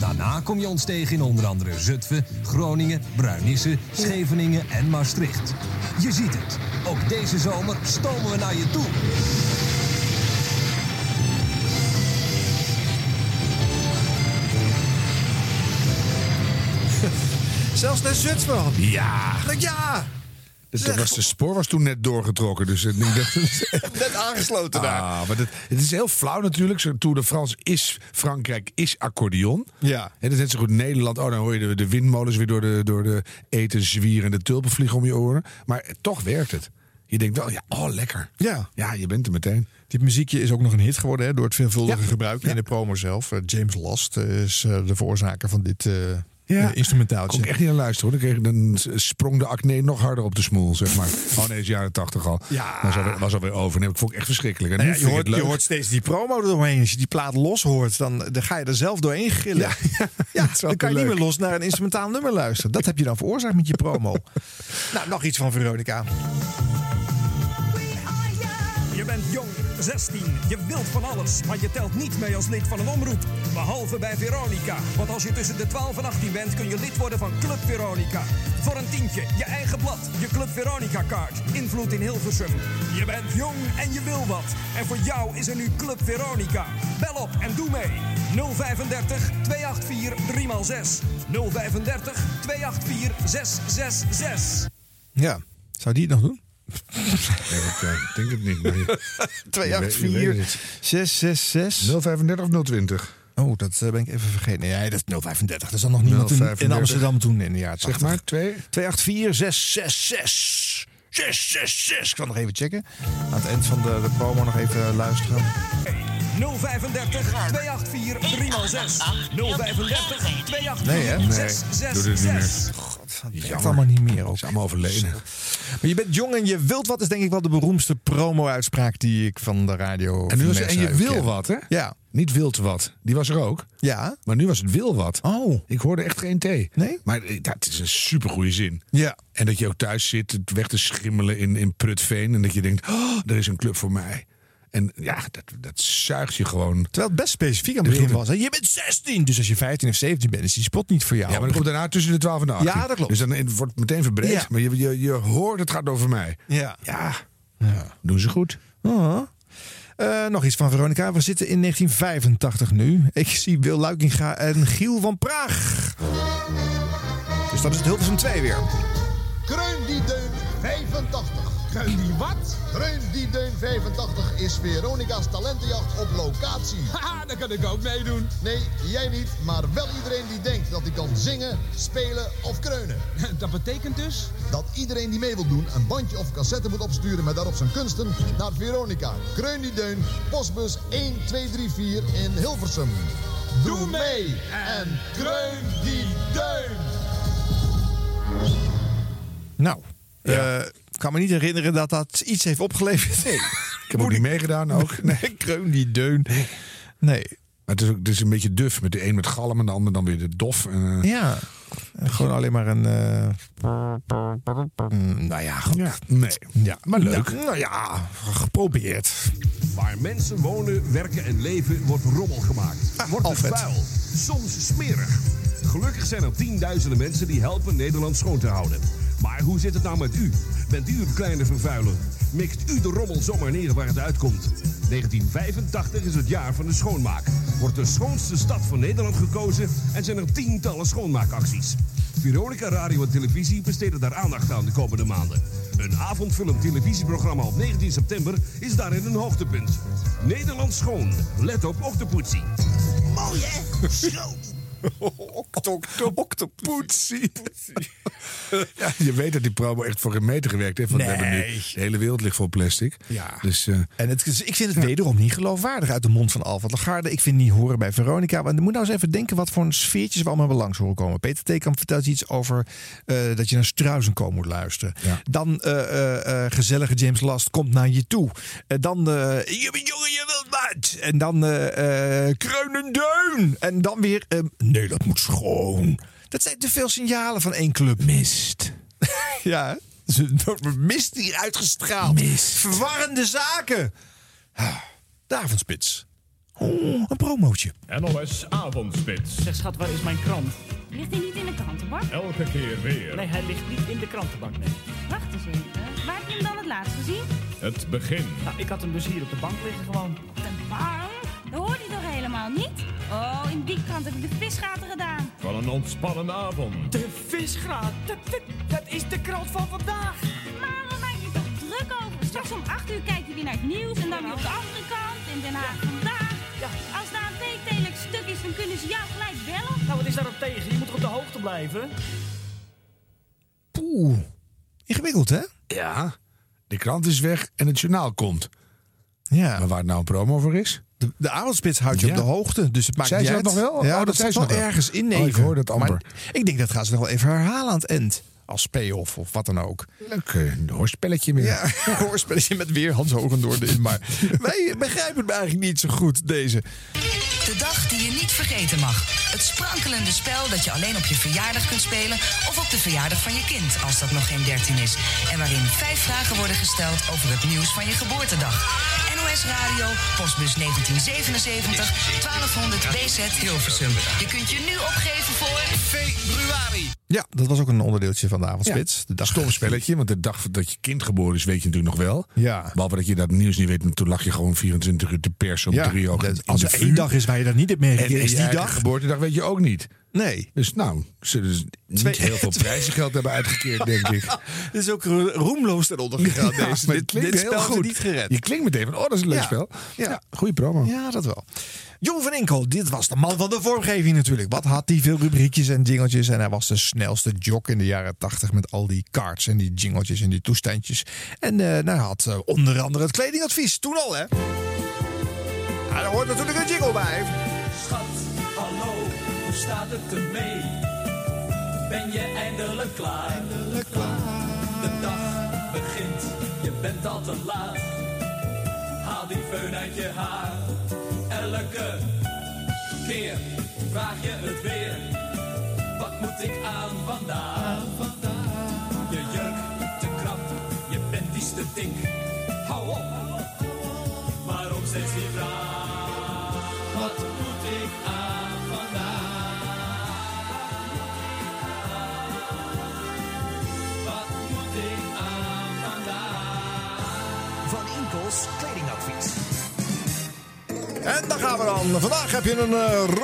[SPEAKER 14] Daarna kom je ons tegen in onder andere Zutphen, Groningen, Bruinisse, Scheveningen en Maastricht. Je ziet het, ook deze zomer stomen we naar je toe.
[SPEAKER 2] Zelfs naar Zutphen.
[SPEAKER 3] [laughs] Ja.
[SPEAKER 2] Ja,
[SPEAKER 3] Dus dat was, de spoor was toen net doorgetrokken. Dus ik denk dat...
[SPEAKER 2] Net aangesloten daar.
[SPEAKER 3] Ah, maar dat, het is heel flauw natuurlijk. Zo'n Tour de France is Frankrijk, is accordeon.
[SPEAKER 2] Ja.
[SPEAKER 3] En dat is net zo goed Nederland. Oh, dan hoor je de, de windmolens weer door de, door de eten zwieren en de tulpen vliegen om je oren. Maar toch werkt het. Je denkt wel, ja, oh, lekker.
[SPEAKER 2] Ja.
[SPEAKER 3] Ja, je bent er meteen.
[SPEAKER 2] Dit muziekje is ook nog een hit geworden hè, door het veelvuldige gebruik in de promo zelf. Eh, James Last eh, is eh, de veroorzaker van dit eh, eh,
[SPEAKER 3] Kon ik
[SPEAKER 2] instrumentaaltje.
[SPEAKER 3] echt niet aan luisteren. Hoor. Dan, kreeg, dan s- sprong de acne nog harder op de smoel, zeg maar. Oh nee, het is jaren tachtig al.
[SPEAKER 2] Ja.
[SPEAKER 3] Was alweer, was alweer over. Nee, ik vond het echt verschrikkelijk. En
[SPEAKER 2] Nou
[SPEAKER 3] nu
[SPEAKER 2] ja, je,
[SPEAKER 3] vind ik
[SPEAKER 2] hoort,
[SPEAKER 3] het
[SPEAKER 2] je
[SPEAKER 3] leuk.
[SPEAKER 2] hoort steeds die promo er doorheen. Als je die plaat los hoort, dan, dan ga je er zelf doorheen gillen. [laughs] Ja,
[SPEAKER 3] [laughs]
[SPEAKER 2] dan kan je niet
[SPEAKER 3] leuk.
[SPEAKER 2] meer los naar een instrumentaal nummer luisteren. Dat heb je dan veroorzaakt met je
[SPEAKER 3] [laughs]
[SPEAKER 2] promo. nou, nog iets van Veronica.
[SPEAKER 14] Je bent jong, 16, je wilt van alles, maar je telt niet mee als lid van een omroep. Behalve bij Veronica, want als je tussen de 12 en 18 bent kun je lid worden van Club Veronica. Voor een tientje, je eigen blad, je Club Veronica kaart, invloed in Hilversum. Je bent jong en je wil wat. En voor jou is er nu Club Veronica. Bel op en doe mee. 035 284 3x6. 035 284 666.
[SPEAKER 2] Ja, zou die het nog doen?
[SPEAKER 3] ik denk het niet.
[SPEAKER 2] [laughs] 284 666
[SPEAKER 3] 035 of 020?
[SPEAKER 2] Oh, dat eh, ben ik even vergeten. Nee, ja, dat is 035. Dat is dan nog niemand in- in,
[SPEAKER 3] 035.
[SPEAKER 2] Amsterdam toen in de jaren
[SPEAKER 3] Zeg
[SPEAKER 2] 80.
[SPEAKER 3] maar, 2?
[SPEAKER 2] 284 666 666. Ik kan nog even checken. Aan het eind van de, de promo nog even eh, luisteren.
[SPEAKER 14] 035 284 3x6. 035 284
[SPEAKER 2] Nee, hè?
[SPEAKER 14] Doe dit niet meer.
[SPEAKER 2] God, dat werkt allemaal niet meer. Ook.
[SPEAKER 3] allemaal overleden.
[SPEAKER 2] Maar je bent jong en je wilt wat is denk ik wel de beroemdste promo-uitspraak die ik van de radio...
[SPEAKER 3] En, nu was,
[SPEAKER 2] van
[SPEAKER 3] en je
[SPEAKER 2] mensen
[SPEAKER 3] wil
[SPEAKER 2] ken.
[SPEAKER 3] wat, hè?
[SPEAKER 2] Ja.
[SPEAKER 3] Niet wilt wat. Die was er ook.
[SPEAKER 2] Ja.
[SPEAKER 3] Maar nu was het wil wat.
[SPEAKER 2] Oh.
[SPEAKER 3] Ik hoorde echt geen thee.
[SPEAKER 2] Nee?
[SPEAKER 3] Maar eh, dat is een supergoeie zin.
[SPEAKER 2] Ja.
[SPEAKER 3] En dat je ook thuis zit, het weg te schimmelen in, in Prutveen. En dat je denkt, oh, er is een club voor mij. En ja, dat, dat zuigt je gewoon.
[SPEAKER 2] Terwijl het best specifiek aan het begin was. hè. Je bent 16, dus als je 15 of 17 bent, is die spot niet voor jou.
[SPEAKER 3] Ja, maar dan komt daarna tussen de 12 en de 18.
[SPEAKER 2] Ja, dat klopt.
[SPEAKER 3] Dus dan eh, wordt het meteen verbreed.
[SPEAKER 2] Ja.
[SPEAKER 3] Maar je, je, je hoort, het gaat over
[SPEAKER 2] [laughs]
[SPEAKER 3] mij.
[SPEAKER 2] Ja.
[SPEAKER 3] Ja. Doen ze goed.
[SPEAKER 2] Oh. Eh, nog iets van Veronica. We zitten in 1985 nu. Ik zie Wil Luikinga en Giel van Praag. Dus dat is het Hilversum 2 weer.
[SPEAKER 18] Kreun die Deun 85. Kreun die wat? Kreun die Deun 85 is Veronica's talentenjacht op locatie. [laughs] Haha, daar kan ik ook meedoen. Nee, jij niet, maar wel iedereen die denkt dat hij kan zingen, spelen of kreunen. [laughs] Dat betekent dus? Dat iedereen die mee wil doen een bandje of cassette moet opsturen met daarop zijn kunsten naar Veronica. Kreun die Deun, postbus 1234 in Hilversum. Doe mee en kreun die deun!
[SPEAKER 2] Nou, eh, ik kan me niet herinneren dat dat iets heeft opgeleverd. [laughs] Nee.
[SPEAKER 3] Ik heb ook niet meegedaan ook. Nee.
[SPEAKER 2] Kreun die deun. Nee.
[SPEAKER 3] Maar het is, ook, het is een beetje duf. Met de een met galm en de ander dan weer de dof. En, eh,
[SPEAKER 2] Ja. Eh, Gewoon alleen maar een... eh, mm, nou ja, goed.
[SPEAKER 3] Ja, nee.
[SPEAKER 2] Ja,
[SPEAKER 3] maar leuk.
[SPEAKER 2] Nou, nou ja,
[SPEAKER 3] [laughs]
[SPEAKER 2] geprobeerd.
[SPEAKER 13] Waar mensen wonen, werken en leven wordt rommel gemaakt. wordt het
[SPEAKER 2] Alfred.
[SPEAKER 13] vuil, soms smerig. Gelukkig zijn er tienduizenden mensen die helpen Nederland schoon te houden. Maar hoe zit het nou met u? Bent u een kleine vervuiler? Mikt u de rommel zomaar neer waar het uitkomt? 1985 is het jaar van de schoonmaak. Wordt de schoonste stad van Nederland gekozen en zijn er tientallen schoonmaakacties. Veronica Radio en Televisie besteden daar aandacht aan de komende maanden. Een avondvullend televisieprogramma op 19 september is daarin een hoogtepunt. Nederland schoon. Let op octopoetsie.
[SPEAKER 19] Mooi hè? Schoon.
[SPEAKER 2] Octopoetsie.
[SPEAKER 3] [laughs] Ja, je weet dat die promo echt voor een meter gewerkt heeft. Want we hebben nu,
[SPEAKER 2] Nee.
[SPEAKER 3] de hele wereld ligt vol plastic.
[SPEAKER 2] Ja.
[SPEAKER 3] Dus eh,
[SPEAKER 2] En het, is- ik vind het wederom niet geloofwaardig uit de mond van Alfred Lagarde. Ik vind het niet horen bij Veronica. Want moet nou eens even denken wat voor een sfeertjes we allemaal wel langs horen komen. Peter Teekamp vertelt iets over eh, dat je naar Struisenko moet luisteren.
[SPEAKER 3] Ja.
[SPEAKER 2] Dan eh, eh, eh, gezellige James Last komt naar je toe. Eh, dan eh, je bent jongen, je wilt wat. En dan eh eh Kreunendeun. En dan weer eh, nee, dat moet schoon. Dat zijn te veel signalen van één club. Mist. [laughs] ja, hè? er wordt mist hier uitgestraald. Verwarrende zaken. De avondspits. Oh, een promootje.
[SPEAKER 20] NOS Avondspits.
[SPEAKER 11] Zeg schat, waar is mijn krant?
[SPEAKER 21] Ligt hij niet in de krantenbak?
[SPEAKER 20] Elke keer weer.
[SPEAKER 11] Nee, hij ligt niet in de krantenbak, nee.
[SPEAKER 21] Wacht eens even. Waar heb je hem dan het laatst gezien?
[SPEAKER 20] Het begin.
[SPEAKER 11] Nou, ik had hem dus hier op de bank liggen gewoon.
[SPEAKER 21] De bank? Dat hoort hij toch helemaal niet? Oh, in die krant heb ik de visgaten gedaan.
[SPEAKER 20] wel een ontspannen avond.
[SPEAKER 14] De visgraat, dat, dat, dat is de krant van vandaag.
[SPEAKER 21] Maar we maken je toch druk over. Straks om 8 uur kijken we naar het nieuws en dan weer op de andere kant in Den Haag vandaag. Als daar een weekdelijk stuk is, dan kunnen ze jou gelijk bellen.
[SPEAKER 14] Nou, wat is daarop tegen? Je moet toch op de hoogte blijven?
[SPEAKER 2] Poeh. Ingewikkeld, hè?
[SPEAKER 3] Ja. De krant is weg en het journaal komt.
[SPEAKER 2] Ja.
[SPEAKER 3] Maar waar het nou een promo voor is?
[SPEAKER 2] De, de avondspits houdt je
[SPEAKER 3] Ja.
[SPEAKER 2] op de hoogte, dus het maakt
[SPEAKER 3] Zei
[SPEAKER 2] niet
[SPEAKER 3] ze
[SPEAKER 2] uit.
[SPEAKER 3] dat nog wel?
[SPEAKER 2] Ja,
[SPEAKER 3] Oh, dat
[SPEAKER 2] dat
[SPEAKER 3] zei
[SPEAKER 2] staat
[SPEAKER 3] ze
[SPEAKER 2] wel
[SPEAKER 3] nog wel.
[SPEAKER 2] ergens in
[SPEAKER 3] Oh, ik
[SPEAKER 2] Neven.
[SPEAKER 3] hoor dat amper.
[SPEAKER 2] Maar ik denk dat gaan ze nog wel even herhalen aan het eind. Als payoff of wat dan ook.
[SPEAKER 3] Leuk eh, een hoorspelletje meer.
[SPEAKER 2] Ja, [laughs] hoorspelletje met weer Hans Hogendoorn in.
[SPEAKER 3] [laughs]
[SPEAKER 2] Maar wij begrijpen het eigenlijk niet zo goed, deze.
[SPEAKER 1] De dag die je niet vergeten mag. Het sprankelende spel dat je alleen op je verjaardag kunt spelen of op de verjaardag van je kind, als dat nog geen 13 is. En waarin vijf vragen worden gesteld over het nieuws van je geboortedag. NOS Radio, postbus 1977, 1200 BZ Hilversum. Je kunt je nu opgeven voor februari.
[SPEAKER 2] Ja, dat was ook een onderdeeltje van de avondspits.
[SPEAKER 3] Ja. Stom spelletje, want de dag dat je kind geboren is, weet je natuurlijk nog wel.
[SPEAKER 2] Ja.
[SPEAKER 3] Behalve dat je dat nieuws niet weet, en toen lag je gewoon 24 uur te persen op
[SPEAKER 2] Ja,
[SPEAKER 3] drie ogen.
[SPEAKER 2] dat-
[SPEAKER 3] in
[SPEAKER 2] als
[SPEAKER 3] de
[SPEAKER 2] er
[SPEAKER 3] vuur.
[SPEAKER 2] één dag is waar je dat niet hebt meegekregen,
[SPEAKER 3] En- en
[SPEAKER 2] is
[SPEAKER 3] je
[SPEAKER 2] die
[SPEAKER 3] eigen
[SPEAKER 2] dag.
[SPEAKER 3] geboortedag weet je ook niet.
[SPEAKER 2] Nee.
[SPEAKER 3] Dus nou, ze dus niet
[SPEAKER 2] Twee-
[SPEAKER 3] heel veel
[SPEAKER 2] [laughs] twee-
[SPEAKER 3] prijzengeld hebben uitgekeerd, denk
[SPEAKER 2] [laughs]
[SPEAKER 3] ik.
[SPEAKER 2] Dit is ook ro- roemloos ten onder
[SPEAKER 3] Ja,
[SPEAKER 2] gegaan. deze.
[SPEAKER 3] maar het
[SPEAKER 2] dit
[SPEAKER 3] klinkt
[SPEAKER 2] dit
[SPEAKER 3] heel
[SPEAKER 2] spel is
[SPEAKER 3] goed.
[SPEAKER 2] niet gered.
[SPEAKER 3] Je klinkt meteen van, oh, dat is een leuk
[SPEAKER 2] Ja.
[SPEAKER 3] spel.
[SPEAKER 2] Ja.
[SPEAKER 3] goede promo.
[SPEAKER 2] Ja, dat wel. Jon van Enkel, dit was de man van de vormgeving natuurlijk. Wat had hij veel rubriekjes en jingeltjes. En hij was de snelste jock in de jaren tachtig met al die cards en die jingeltjes en die toestandjes. En eh, nou, hij had eh, onder andere het kledingadvies. Toen al, hè? Ja, daar hoort natuurlijk een jingle bij.
[SPEAKER 11] Schat, hallo, hoe staat het ermee? Ben je eindelijk klaar? De dag begint, je bent al te laat. Haal die föhn uit je haar. Elke keer vraag je het weer. Wat moet ik aan vandaag? Je jurk te krap, je bent iets te dik. Hou op, waarom steeds die vraag? Wat moet ik aan vandaag? Wat moet ik aan vandaag?
[SPEAKER 13] Van Inkels Kledingadvies.
[SPEAKER 2] En daar gaan we dan. Vandaag heb je een eh,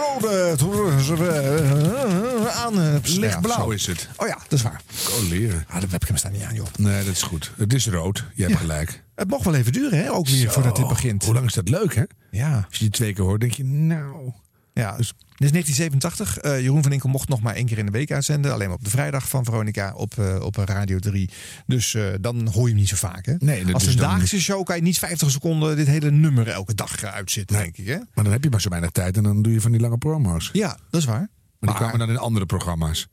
[SPEAKER 2] rode aan. eh,
[SPEAKER 3] Lichtblauw
[SPEAKER 2] zo.
[SPEAKER 3] is het.
[SPEAKER 2] Oh ja, dat is waar.
[SPEAKER 3] Oh, leren.
[SPEAKER 2] Ah, de webcam staat niet aan, joh.
[SPEAKER 3] Nee, dat is goed. Het is rood. Je hebt
[SPEAKER 2] Ja.
[SPEAKER 3] gelijk.
[SPEAKER 2] Het mocht wel even duren, hè? Ook weer
[SPEAKER 3] Zo,
[SPEAKER 2] voordat dit begint.
[SPEAKER 3] Hoe lang is dat leuk, hè?
[SPEAKER 2] Ja.
[SPEAKER 3] Als je die twee keer hoort, denk je, nou...
[SPEAKER 2] Ja, dus dit is 1987. Eh, Jeroen van Inkel mocht nog maar één keer in de week uitzenden. Alleen maar op de vrijdag van Veronica op, eh, op Radio 3. Dus eh, dan hoor je hem niet zo vaak. Hè?
[SPEAKER 3] Nee, dat
[SPEAKER 2] Als
[SPEAKER 3] is
[SPEAKER 2] een
[SPEAKER 3] dan-
[SPEAKER 2] dagelijkse show kan je niet 50 seconden dit hele nummer elke dag eh, uitzitten, denk ik. Hè?
[SPEAKER 3] Maar dan heb je maar zo weinig tijd en dan doe je van die lange promo's.
[SPEAKER 2] Ja, dat is waar.
[SPEAKER 3] Maar die kwamen dan in andere programma's.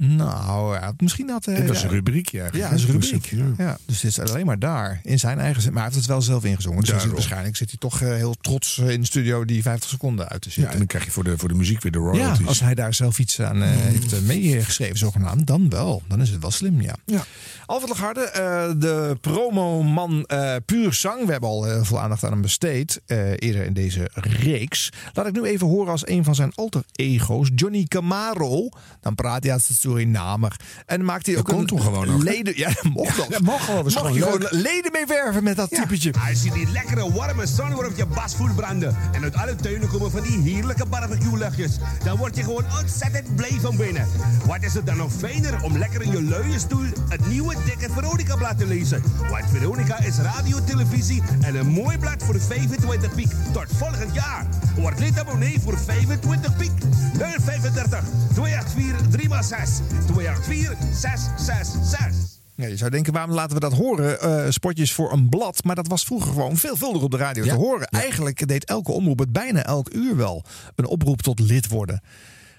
[SPEAKER 2] Nou ja, misschien had... eh,
[SPEAKER 3] Dit was
[SPEAKER 2] ja.
[SPEAKER 3] een rubriekje
[SPEAKER 2] Ja,
[SPEAKER 3] eigenlijk.
[SPEAKER 2] dat is een
[SPEAKER 3] hè?
[SPEAKER 2] rubriek. Ja.
[SPEAKER 3] Ja.
[SPEAKER 2] dus dit is alleen maar daar, in zijn eigen zin. Maar hij heeft het wel zelf ingezongen. Dus hij zit
[SPEAKER 3] Daarom.
[SPEAKER 2] waarschijnlijk zit hij toch eh, heel trots eh, in de studio die 50 seconden uit te
[SPEAKER 3] Ja,
[SPEAKER 2] zitten.
[SPEAKER 3] en dan krijg je voor de, voor de muziek weer de
[SPEAKER 2] Ja,
[SPEAKER 3] royalties.
[SPEAKER 2] als hij daar zelf iets aan eh, heeft eh, meegeschreven, zogenaamd, dan wel. Dan is het wel slim, ja.
[SPEAKER 3] Ja.
[SPEAKER 2] Alfred Lagarde, eh de promoman eh Puur Zang. We hebben al eh, veel aandacht aan hem besteed eh, eerder in deze reeks. Laat ik nu even horen als een van zijn alter ego's, Johnny Camaro. Dan praat hij als de Surinamer. En maakt hij
[SPEAKER 3] Dat
[SPEAKER 2] ook
[SPEAKER 3] kon
[SPEAKER 2] een
[SPEAKER 3] toen gewoon nog, hè?
[SPEAKER 2] leden. Ja, dat mocht nog.
[SPEAKER 3] dat mocht wel, dat is
[SPEAKER 2] Mocht
[SPEAKER 3] gewoon
[SPEAKER 2] je
[SPEAKER 3] leuk.
[SPEAKER 2] gewoon leden mee werven met dat typetje.
[SPEAKER 13] Hij ziet die lekkere warme zon waarop je basvoet branden. En uit alle tuinen komen van die heerlijke barbecue-luchtjes. Dan word je gewoon ontzettend blij van binnen. Wat is het dan nog fijner om lekker in je luie stoel het nieuwe dikke Veronica-blad te lezen? Want Veronica is radio, televisie en een mooi blad voor 25 piek. Tot volgend jaar. Word lid abonnee voor 25 piek. 035 284 3x6 284 666.
[SPEAKER 2] Ja, je zou denken, waarom laten we dat horen? eh, spotjes voor een blad. Maar dat was vroeger gewoon veelvuldig op de radio te horen. Eigenlijk deed elke omroep het bijna elk uur wel. Een oproep tot lid worden.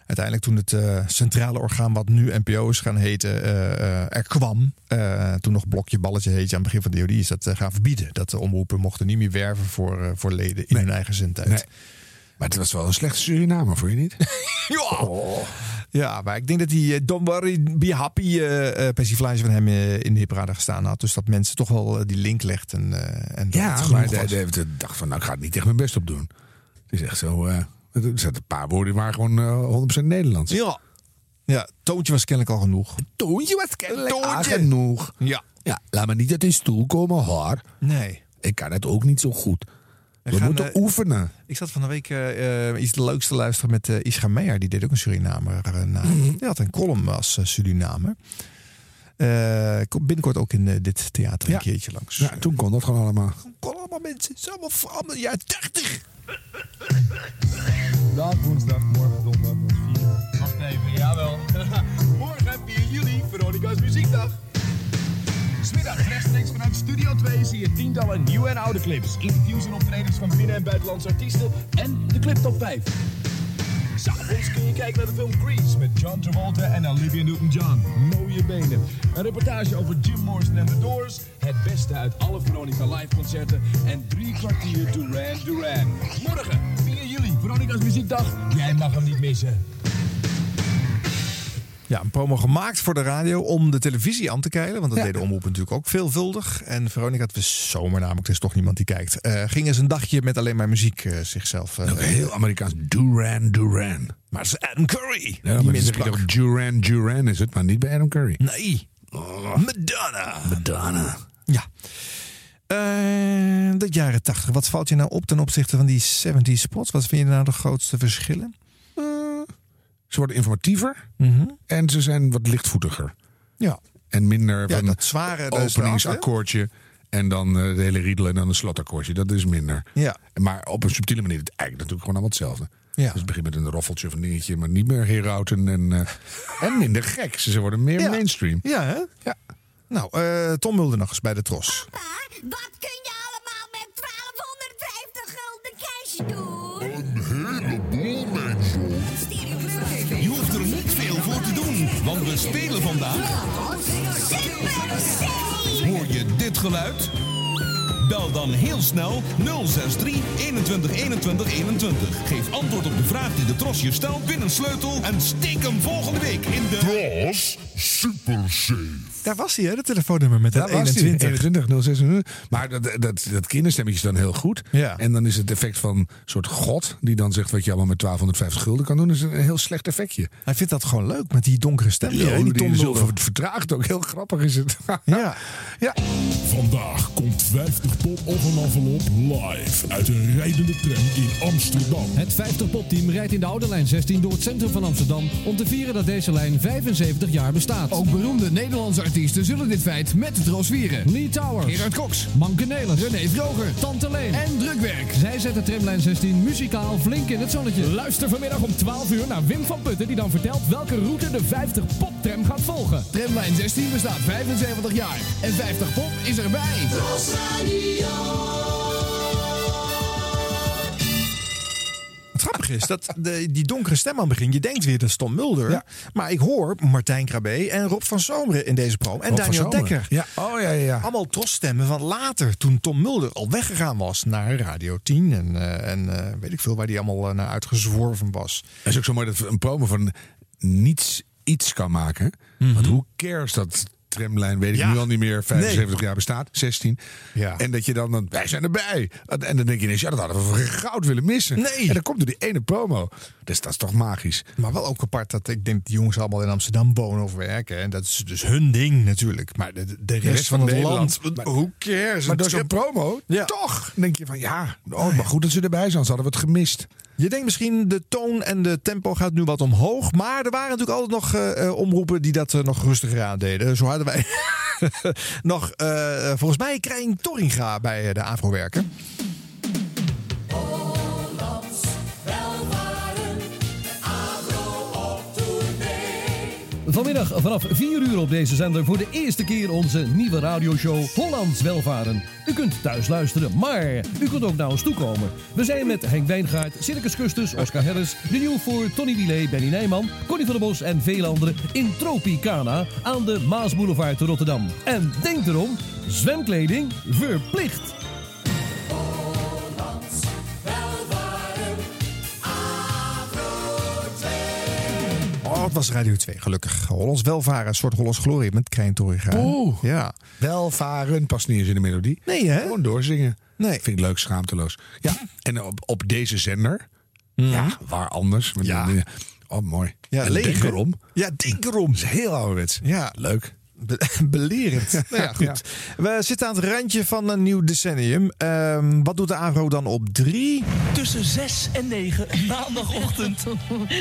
[SPEAKER 2] Uiteindelijk toen het eh, centrale orgaan wat nu NPO is gaan heten eh, eh, er kwam. eh, toen nog blokje balletje heet je aan het begin van de DOD. Is dat eh, gaan verbieden. Dat de omroepen mochten niet meer werven voor, eh, voor leden in hun eigen zendtijd.
[SPEAKER 3] Nee. Maar het was wel een slechte Suriname, voor je niet?
[SPEAKER 2] [laughs]
[SPEAKER 3] Oh.
[SPEAKER 2] Ja. ja, maar ik denk dat die eh, Don't Worry, Be Happy eh eh, persiflage van hem eh, in de hipraden gestaan had. Dus dat mensen toch wel eh, die link legt. En, eh, en dat het
[SPEAKER 3] ja,
[SPEAKER 2] genoeg
[SPEAKER 3] maar hij
[SPEAKER 2] was.
[SPEAKER 3] hij heeft- dacht van, nou, ik ga er niet echt mijn best op doen. Het is echt zo... eh, er zaten een paar woorden waar gewoon eh, 100% Nederlands.
[SPEAKER 2] Ja. ja, toontje was kennelijk al genoeg.
[SPEAKER 3] Toontje was kennelijk
[SPEAKER 2] Toontje.
[SPEAKER 3] aardig Ah, genoeg.
[SPEAKER 2] Ja.
[SPEAKER 3] Ja, laat me niet uit die stoel komen, hoor.
[SPEAKER 2] Nee.
[SPEAKER 3] Ik kan het ook niet zo goed.
[SPEAKER 2] We,
[SPEAKER 3] We
[SPEAKER 2] gaan,
[SPEAKER 3] moeten
[SPEAKER 2] eh,
[SPEAKER 3] oefenen.
[SPEAKER 2] Ik zat van de week eh, eh, iets leuks te luisteren met eh Ischa Meijer. Die deed ook een Surinamer. eh, na.
[SPEAKER 3] Mhm.
[SPEAKER 2] Die had een column als eh, Surinamer. Eh, komt binnenkort ook in eh, dit theater een keertje langs.
[SPEAKER 3] Ja, toen kon dat gewoon allemaal.
[SPEAKER 2] Kom allemaal mensen, het is allemaal voor allemaal jaar 30.
[SPEAKER 11] Vandaag woensdag, morgen donderdag, vier. Aflevering, jawel. [laughs] morgen 4 juli, Veronica's Muziekdag. Smiddag rechtstreeks vanuit Studio 2 zie je tientallen nieuwe en oude clips. Interviews en optredens van binnen- en buitenlandse artiesten. En de Clip Top 5. S'avonds kun je kijken naar de film Grease met John Travolta en Olivia Newton-John. Mooie benen. Een reportage over Jim Morrison en The Doors. Het beste uit alle Veronica live concerten. En drie kwartier Duran Duran. Morgen, 4 juli, Veronica's Muziekdag. Jij mag hem niet missen.
[SPEAKER 2] Ja, een promo gemaakt voor de radio om de televisie aan te keilen. Want dat deden omroepen natuurlijk ook veelvuldig. En Veronica, het was zomer namelijk, er is toch niemand die kijkt. Eh, ging eens een dagje met alleen maar muziek eh, zichzelf. eh,
[SPEAKER 3] Heel Amerikaans. Duran Duran.
[SPEAKER 2] Maar het is Adam Curry.
[SPEAKER 3] Ja, maar dan zeg je toch Duran Duran is het, maar niet bij Adam Curry. Oh.
[SPEAKER 2] Nee. Madonna.
[SPEAKER 3] Madonna.
[SPEAKER 2] Ja. Eh, de jaren 80. Wat valt je nou op ten opzichte van die 70 spots? Wat vind je nou de grootste verschillen?
[SPEAKER 3] Eh,
[SPEAKER 2] Mhm.
[SPEAKER 3] Ze worden informatiever en ze zijn wat lichtvoetiger.
[SPEAKER 2] Ja.
[SPEAKER 3] En minder
[SPEAKER 2] Ja,
[SPEAKER 3] van
[SPEAKER 2] dat zware, dat is
[SPEAKER 3] openingsakkoordje en dan eh, de hele riedel en dan een slotakkoordje. Dat is minder.
[SPEAKER 2] Ja.
[SPEAKER 3] Maar op een subtiele manier, het eigenlijk natuurlijk gewoon allemaal hetzelfde.
[SPEAKER 2] Ja.
[SPEAKER 3] Dus het begint met een roffeltje of een dingetje, maar niet meer herauten en,
[SPEAKER 2] [laughs]
[SPEAKER 3] eh, en minder gek. Ze ze worden meer mainstream.
[SPEAKER 2] Ja, hè?
[SPEAKER 3] Ja.
[SPEAKER 2] Nou, eh, Tom Mulder nog eens bij de Tros.
[SPEAKER 12] Wat kun je allemaal met 1250 gulden cash doen?
[SPEAKER 13] Je hoeft er niet veel voor te doen, want we spelen vandaag. Hoor je dit geluid? Bel dan heel snel 063 21 21 21. Geef antwoord op de vraag die de tros je stelt, win een sleutel en steek hem volgende week in de... Tros Super
[SPEAKER 2] Daar was hij, hè? Dat telefoonnummer met dat
[SPEAKER 3] Daar was die,
[SPEAKER 2] 21.
[SPEAKER 3] 21 06. Maar dat, dat, dat kinderstemmetje is dan heel goed. En dan is het effect van een soort god... die dan zegt wat je allemaal met 1250 gulden kan doen... is een heel slecht effectje.
[SPEAKER 2] Hij vindt dat gewoon leuk, met die donkere stem.
[SPEAKER 3] Ja,
[SPEAKER 2] hè,
[SPEAKER 3] die,
[SPEAKER 2] die Tom
[SPEAKER 3] zo
[SPEAKER 2] Mulder.
[SPEAKER 3] vertraagt ook. Heel grappig is het. [laughs]
[SPEAKER 2] ja.
[SPEAKER 3] ja.
[SPEAKER 16] Vandaag komt 50 Pop op een envelop live uit een rijdende tram in Amsterdam.
[SPEAKER 14] Het 50-popteam rijdt in de Oude Lijn 16 door het centrum van Amsterdam om te vieren dat deze lijn 75 jaar bestaat. Ook beroemde Nederlandse artiesten zullen dit feit met de trots vieren. Lee Towers, Gerard Cox, Manke Nelis, René Vroger, Tante Leen en Drukwerk. Zij zetten tramlijn 16 muzikaal flink in het zonnetje.
[SPEAKER 16] Luister vanmiddag om 12 uur naar Wim van Putten die dan vertelt welke route de 50 Poptram gaat volgen.
[SPEAKER 14] Tramlijn 16 bestaat 75 jaar en 50 pop is erbij.
[SPEAKER 2] Het grappige is dat de, die donkere stem aan het begin. Je denkt weer dat is Tom Mulder. Maar ik hoor Martijn Krabbe en Rob van Zomeren in deze promo. En
[SPEAKER 3] Rob van
[SPEAKER 2] Daniel
[SPEAKER 3] Zomeren.
[SPEAKER 2] Dekker.
[SPEAKER 3] Ja. Oh, ja, ja, ja.
[SPEAKER 2] Allemaal trosstemmen van later. Toen Tom Mulder al weggegaan was naar Radio 10. En, eh, en eh, weet ik veel waar die allemaal eh, naar uitgezworven was.
[SPEAKER 3] Het is ook zo mooi dat een promo van niets iets kan maken. Want hoe cares dat tramlijn, weet ik
[SPEAKER 2] Mhm. Ja.
[SPEAKER 3] nu al niet meer, 75
[SPEAKER 2] Nee.
[SPEAKER 3] jaar bestaat, 16. En dat je dan, dan, wij zijn erbij. En dan denk je ineens, ja, dat hadden we voor goud willen missen. En dat komt door die ene promo. Dus dat is toch magisch.
[SPEAKER 2] Maar wel ook apart dat ik denk die jongens allemaal in Amsterdam wonen of werken. En dat is dus hun ding natuurlijk. Maar de, de rest, van, het land.
[SPEAKER 3] Maar-
[SPEAKER 2] Hoe cares?
[SPEAKER 3] Maar
[SPEAKER 2] Het
[SPEAKER 3] door
[SPEAKER 2] is
[SPEAKER 3] zo'n
[SPEAKER 2] een-
[SPEAKER 3] promo,
[SPEAKER 2] Ja.
[SPEAKER 3] toch, denk je van, ja, oh, maar goed dat ze erbij zijn, anders hadden we het gemist.
[SPEAKER 2] Je denkt misschien de toon en de tempo gaat nu wat omhoog. Maar er waren natuurlijk altijd nog eh, eh, omroepen die dat eh, nog rustiger aandeden. Zo hadden wij [laughs] nog, eh, eh, volgens mij, Krijn Torringa bij eh, de Afro werken.
[SPEAKER 13] Hollands welvaren, agro op tournee.
[SPEAKER 14] Vanmiddag vanaf 4 uur op deze zender voor de eerste keer onze nieuwe radioshow Hollands Welvaren. U kunt thuis luisteren, maar u kunt ook naar ons toekomen. We zijn met Henk Wijngaard, Circus Custus, Oscar Harris, De Nieuwvoort, Tony Wielé, Benny Nijman, Connie van der Bos en vele anderen in Tropicana aan de Maasboulevard te Rotterdam. En denk erom, zwemkleding verplicht.
[SPEAKER 13] Hollands welvaren, agro
[SPEAKER 2] Oh, het was Radio 2, gelukkig. Hollands welvaren, een soort Hollands glorie met Krijn Torringa.
[SPEAKER 3] Oeh.
[SPEAKER 2] Ja.
[SPEAKER 3] Welvaren past niet eens in de melodie.
[SPEAKER 2] Nee, hè?
[SPEAKER 3] Gewoon doorzingen. Nee. Vind ik leuk, schaamteloos. Ja, en op, op deze zender. Ja, waar anders. Ja. Oh, mooi.
[SPEAKER 2] Mhm. Ja,
[SPEAKER 3] en
[SPEAKER 2] leeg,
[SPEAKER 3] denk
[SPEAKER 2] hè?
[SPEAKER 3] erom.
[SPEAKER 2] Ja, denk erom.
[SPEAKER 3] is heel ouderwets.
[SPEAKER 2] Ja.
[SPEAKER 3] Leuk.
[SPEAKER 2] Be- [laughs] Belerend. Nou ja, goed. We zitten aan het randje van een nieuw decennium. Ehm, wat doet de ARO dan op drie?
[SPEAKER 11] Tussen 6 en 9, maandagochtend. [laughs]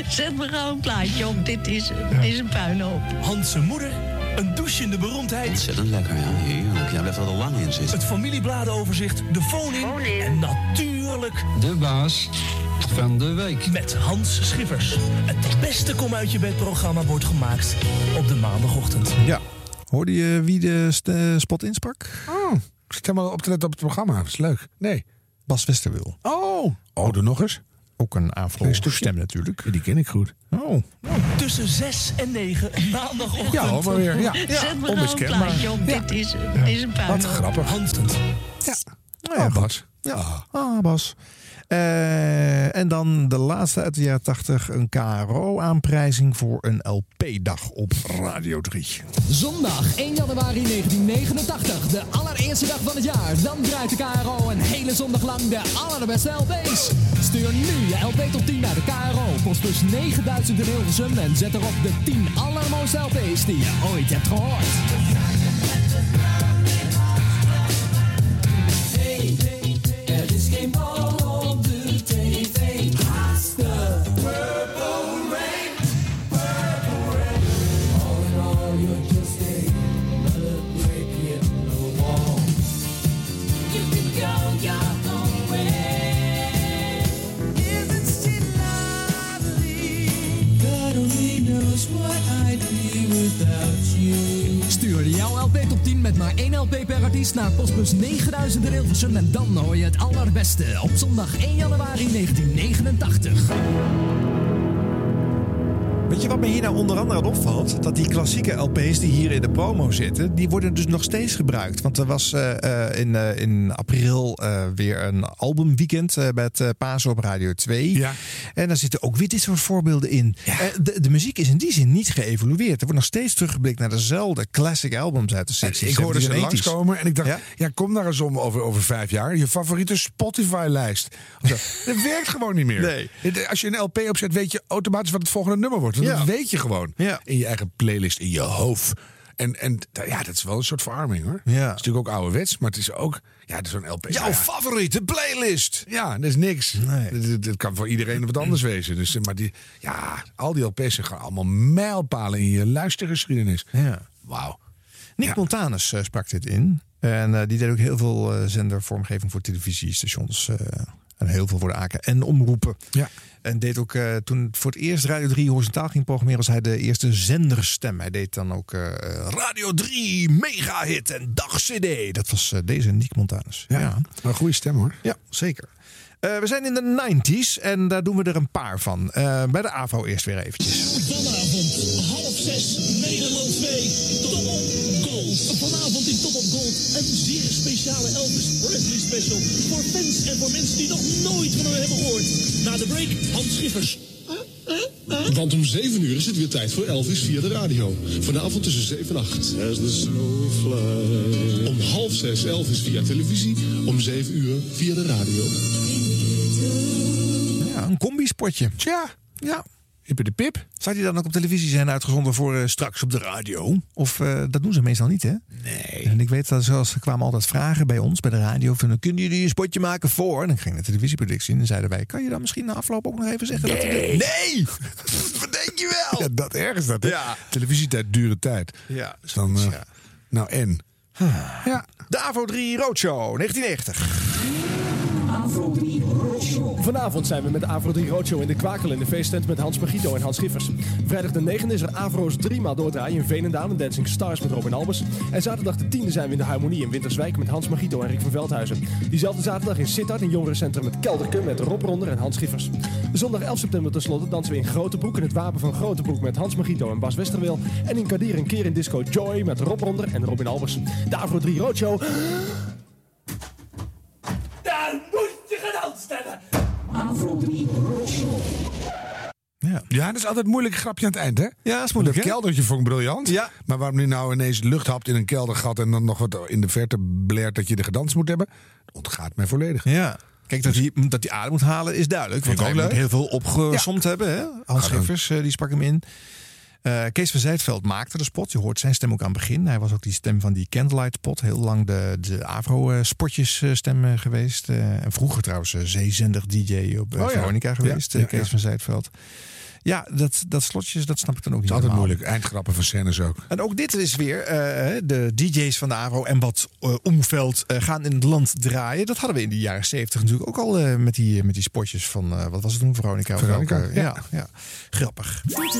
[SPEAKER 11] Zet me gauw een plaatje op, dit is, is een puinhoop. Hans' zijn moeder, een douchende beroemdheid.
[SPEAKER 22] Ontzettend lekker, ja. Heerlijk. Jij blijft er al lang in zitten.
[SPEAKER 11] Het familiebladenoverzicht, de phone en natuurlijk...
[SPEAKER 22] De baas van de week.
[SPEAKER 11] Met Hans Schippers. Het beste kom uit je bed programma wordt gemaakt op de maandagochtend.
[SPEAKER 2] Ja. Hoorde je wie de st- eh, spot insprak?
[SPEAKER 3] Oh, ik zit helemaal op te letten op het programma. Dat is leuk. Nee.
[SPEAKER 2] Bas Westerwil.
[SPEAKER 3] Oh. Oh, doe nog eens.
[SPEAKER 2] Ook een afro-stem natuurlijk.
[SPEAKER 3] Die ken ik goed.
[SPEAKER 2] Oh.
[SPEAKER 11] Tussen 6 en 9, maandagochtend.
[SPEAKER 3] Ja, hoor maar weer. Ja, ja.
[SPEAKER 11] Zet me nou een
[SPEAKER 3] Onmiskenbaar.
[SPEAKER 11] plaatje op, dit is, is een puinhoop.
[SPEAKER 3] Wat grappig.
[SPEAKER 11] Hanstend.
[SPEAKER 2] Ja.
[SPEAKER 3] Nou ja, Bas.
[SPEAKER 2] Ja, ah, Bas. Eh, en dan de laatste uit de jaren 80, een KRO-aanprijzing voor een LP-dag op Radio 3.
[SPEAKER 20] Zondag 1 januari 1989, de allereerste dag van het jaar. Dan draait de KRO een hele zondag lang de allerbeste LP's. Stuur nu je LP tot 10 naar de KRO. Kost dus 9000 in Hilversum en zet erop de 10 allermooiste LP's die je ooit hebt gehoord.
[SPEAKER 12] Hey, er is geen bal op de tv. Haastig. Purple rain, purple rain. All in all, you're just another break in the wall. You can go your own way. Isn't she lovely? God only knows what I'd be without you.
[SPEAKER 20] Stuur jouw LP top 10 met maar één LP per artiest naar postbus 9000 in Hilversum. En dan hoor je het allerbeste op zondag 1 januari 1989.
[SPEAKER 2] Weet je wat me hier nou onder andere aan opvalt? Dat die klassieke LP's die hier in de promo zitten, die worden dus nog steeds gebruikt. Want er was eh, eh, in, eh, in april eh, weer een albumweekend eh, met eh Pasen op Radio 2. En daar zitten ook weer dit soort voorbeelden in. Eh, de, de muziek is in die zin niet geëvolueerd. Er wordt nog steeds teruggeblikt naar dezelfde classic albums uit de 60s.
[SPEAKER 3] Ik hoorde
[SPEAKER 2] 70s
[SPEAKER 3] ze
[SPEAKER 2] en 80s.
[SPEAKER 3] langskomen en ik dacht, ja? kom daar eens om over, over vijf jaar. Je favoriete Spotify-lijst. Of zo.
[SPEAKER 2] [laughs]
[SPEAKER 3] dat werkt gewoon niet meer. Het- Als je een LP opzet, weet je automatisch wat het volgende nummer wordt. Want
[SPEAKER 2] Ja.
[SPEAKER 3] Dat weet je gewoon. In je eigen playlist, in je hoofd. En, en t- ja, dat is wel een soort verarming hoor. Het is natuurlijk ook ouderwets, maar het is ook ja, zo'n LP.
[SPEAKER 2] Jouw
[SPEAKER 3] favoriete playlist! Ja, dat is niks. Dat, dat- dat kan voor iedereen wat anders wezen. Dus, eh, maar die, ja, al die LP's zijn gewoon allemaal mijlpalen in je luistergeschiedenis.
[SPEAKER 2] Ja.
[SPEAKER 3] Wauw.
[SPEAKER 2] Nick Montanus eh, sprak dit in. En eh, die deed ook heel veel eh, zendervormgeving voor televisiestations. eh, en heel veel voor de AKN en omroepen.
[SPEAKER 3] Ja.
[SPEAKER 2] En deed ook eh, toen het voor het eerst Radio 3 horizontaal ging programmeren, was hij de eerste zenderstem. Hij deed dan ook eh, Radio 3 mega hit en dag CD. Dat was eh, deze Nick Montanus. Ja,
[SPEAKER 3] een goede stem hoor.
[SPEAKER 2] Ja, zeker. Eh, we zijn in de 90s en daar doen we er een paar van. Eh, bij de AVO eerst weer eventjes.
[SPEAKER 12] Vanavond half zes, Nederland 2, Top op Gold. Vanavond in Top op Gold een zeer speciale Elvis Presley special. Voor fans en voor mensen die nog nooit van hem hebben gehoord. Na de break, Hans Schiffers.
[SPEAKER 23] Want om 7 uur is het weer tijd voor Elvis via de radio. Vanavond tussen 7 en 8. Om half 6 Elvis via televisie. Om 7 uur via de radio.
[SPEAKER 2] Ja, een combi-spotje.
[SPEAKER 3] Tja.
[SPEAKER 2] Ja.
[SPEAKER 3] Hippe de pip.
[SPEAKER 2] Zou die dan ook op televisie zijn uitgezonden voor eh, straks op de radio? Of eh, dat doen ze meestal niet, hè? Nee. En ik weet dat zoals ze kwamen altijd vragen bij ons, bij de radio: van, kunnen jullie een spotje maken voor? En dan ging de televisieproductie in en zeiden wij: kan je dan misschien na afloop ook nog even zeggen dat
[SPEAKER 3] Nee.
[SPEAKER 2] Nee! Wat denk je wel?
[SPEAKER 3] Ja, dat ergens dat. Hè? Televisietijd, dure tijd.
[SPEAKER 2] Ja.
[SPEAKER 3] Dus dan, eh, Nou en? Ja.
[SPEAKER 2] De AVO 3 Roadshow 1990.
[SPEAKER 24] Vanavond zijn we met de Avro 3 Roadshow in de Kwakel in de feesttent met Hans Magito en Hans Schiffers. Vrijdag de 9e is er Avro's 3 maal doordraaien in Veenendaal en Dancing Stars met Robin Albers. En zaterdag de 10e zijn we in de Harmonie in Winterswijk met Hans Magito en Rick van Veldhuizen. Diezelfde zaterdag in Sittard in Jongerencentrum met Kelderke met Rob Ronder en Hans Schiffers. Zondag 11 september tenslotte dansen we in Grotebroek in het Wapen van Grotebroek met Hans Magito en Bas Westerwil. En in Kadir en Keer in Disco Joy met Rob Ronder en Robin Albers. De Avro 3 Roadshow.
[SPEAKER 12] Daar moet je gaan stellen. Afro 3
[SPEAKER 2] Ja.
[SPEAKER 3] ja, dat is altijd een moeilijk grapje aan het eind, hè?
[SPEAKER 2] Ja, dat is
[SPEAKER 3] moeilijk.
[SPEAKER 2] moeilijk,
[SPEAKER 3] Dat
[SPEAKER 2] hè?
[SPEAKER 3] keldertje vond ik briljant. Ja. Maar waarom nu nou ineens lucht hapt in een keldergat en dan nog wat in de verte blaert dat je de gedanst moet hebben, ontgaat mij volledig.
[SPEAKER 2] Ja. Kijk, dat hij, dat hij adem moet halen is duidelijk. Want
[SPEAKER 3] Vind ik
[SPEAKER 2] hij
[SPEAKER 3] ook
[SPEAKER 2] moet
[SPEAKER 3] leuk. Ah,
[SPEAKER 2] heel veel opgesomd hebben. Hè? Hans Schiffers, eh, die sprak hem in. Eh, Kees van Zijtveld maakte de spot. Je hoort zijn stem ook aan het begin. Hij was ook die stem van die Candlelight spot. Heel lang de, de Avro-spotjes stem eh, geweest. Eh, en vroeger trouwens eh, zeezendig DJ op eh,
[SPEAKER 3] Oh ja.
[SPEAKER 2] Veronica geweest.
[SPEAKER 3] Ja,
[SPEAKER 2] eh,
[SPEAKER 3] ja,
[SPEAKER 2] Kees
[SPEAKER 3] ja.
[SPEAKER 2] van Zijtveld. Ja, dat, dat slotjes, dat snap ik dan ook niet
[SPEAKER 3] is altijd
[SPEAKER 2] helemaal.
[SPEAKER 3] moeilijk. Eindgrappen van scènes ook.
[SPEAKER 2] En ook dit is weer eh, de DJ's van de AVRO en wat eh, omveld eh, gaan in het land draaien. Dat hadden we in de jaren zeventig natuurlijk ook al eh, met, die, met die spotjes van, eh, wat was het toen, Veronica? of
[SPEAKER 3] Veronica,
[SPEAKER 2] welke?
[SPEAKER 3] ja.
[SPEAKER 2] ja. ja. Grappig.
[SPEAKER 7] Dit is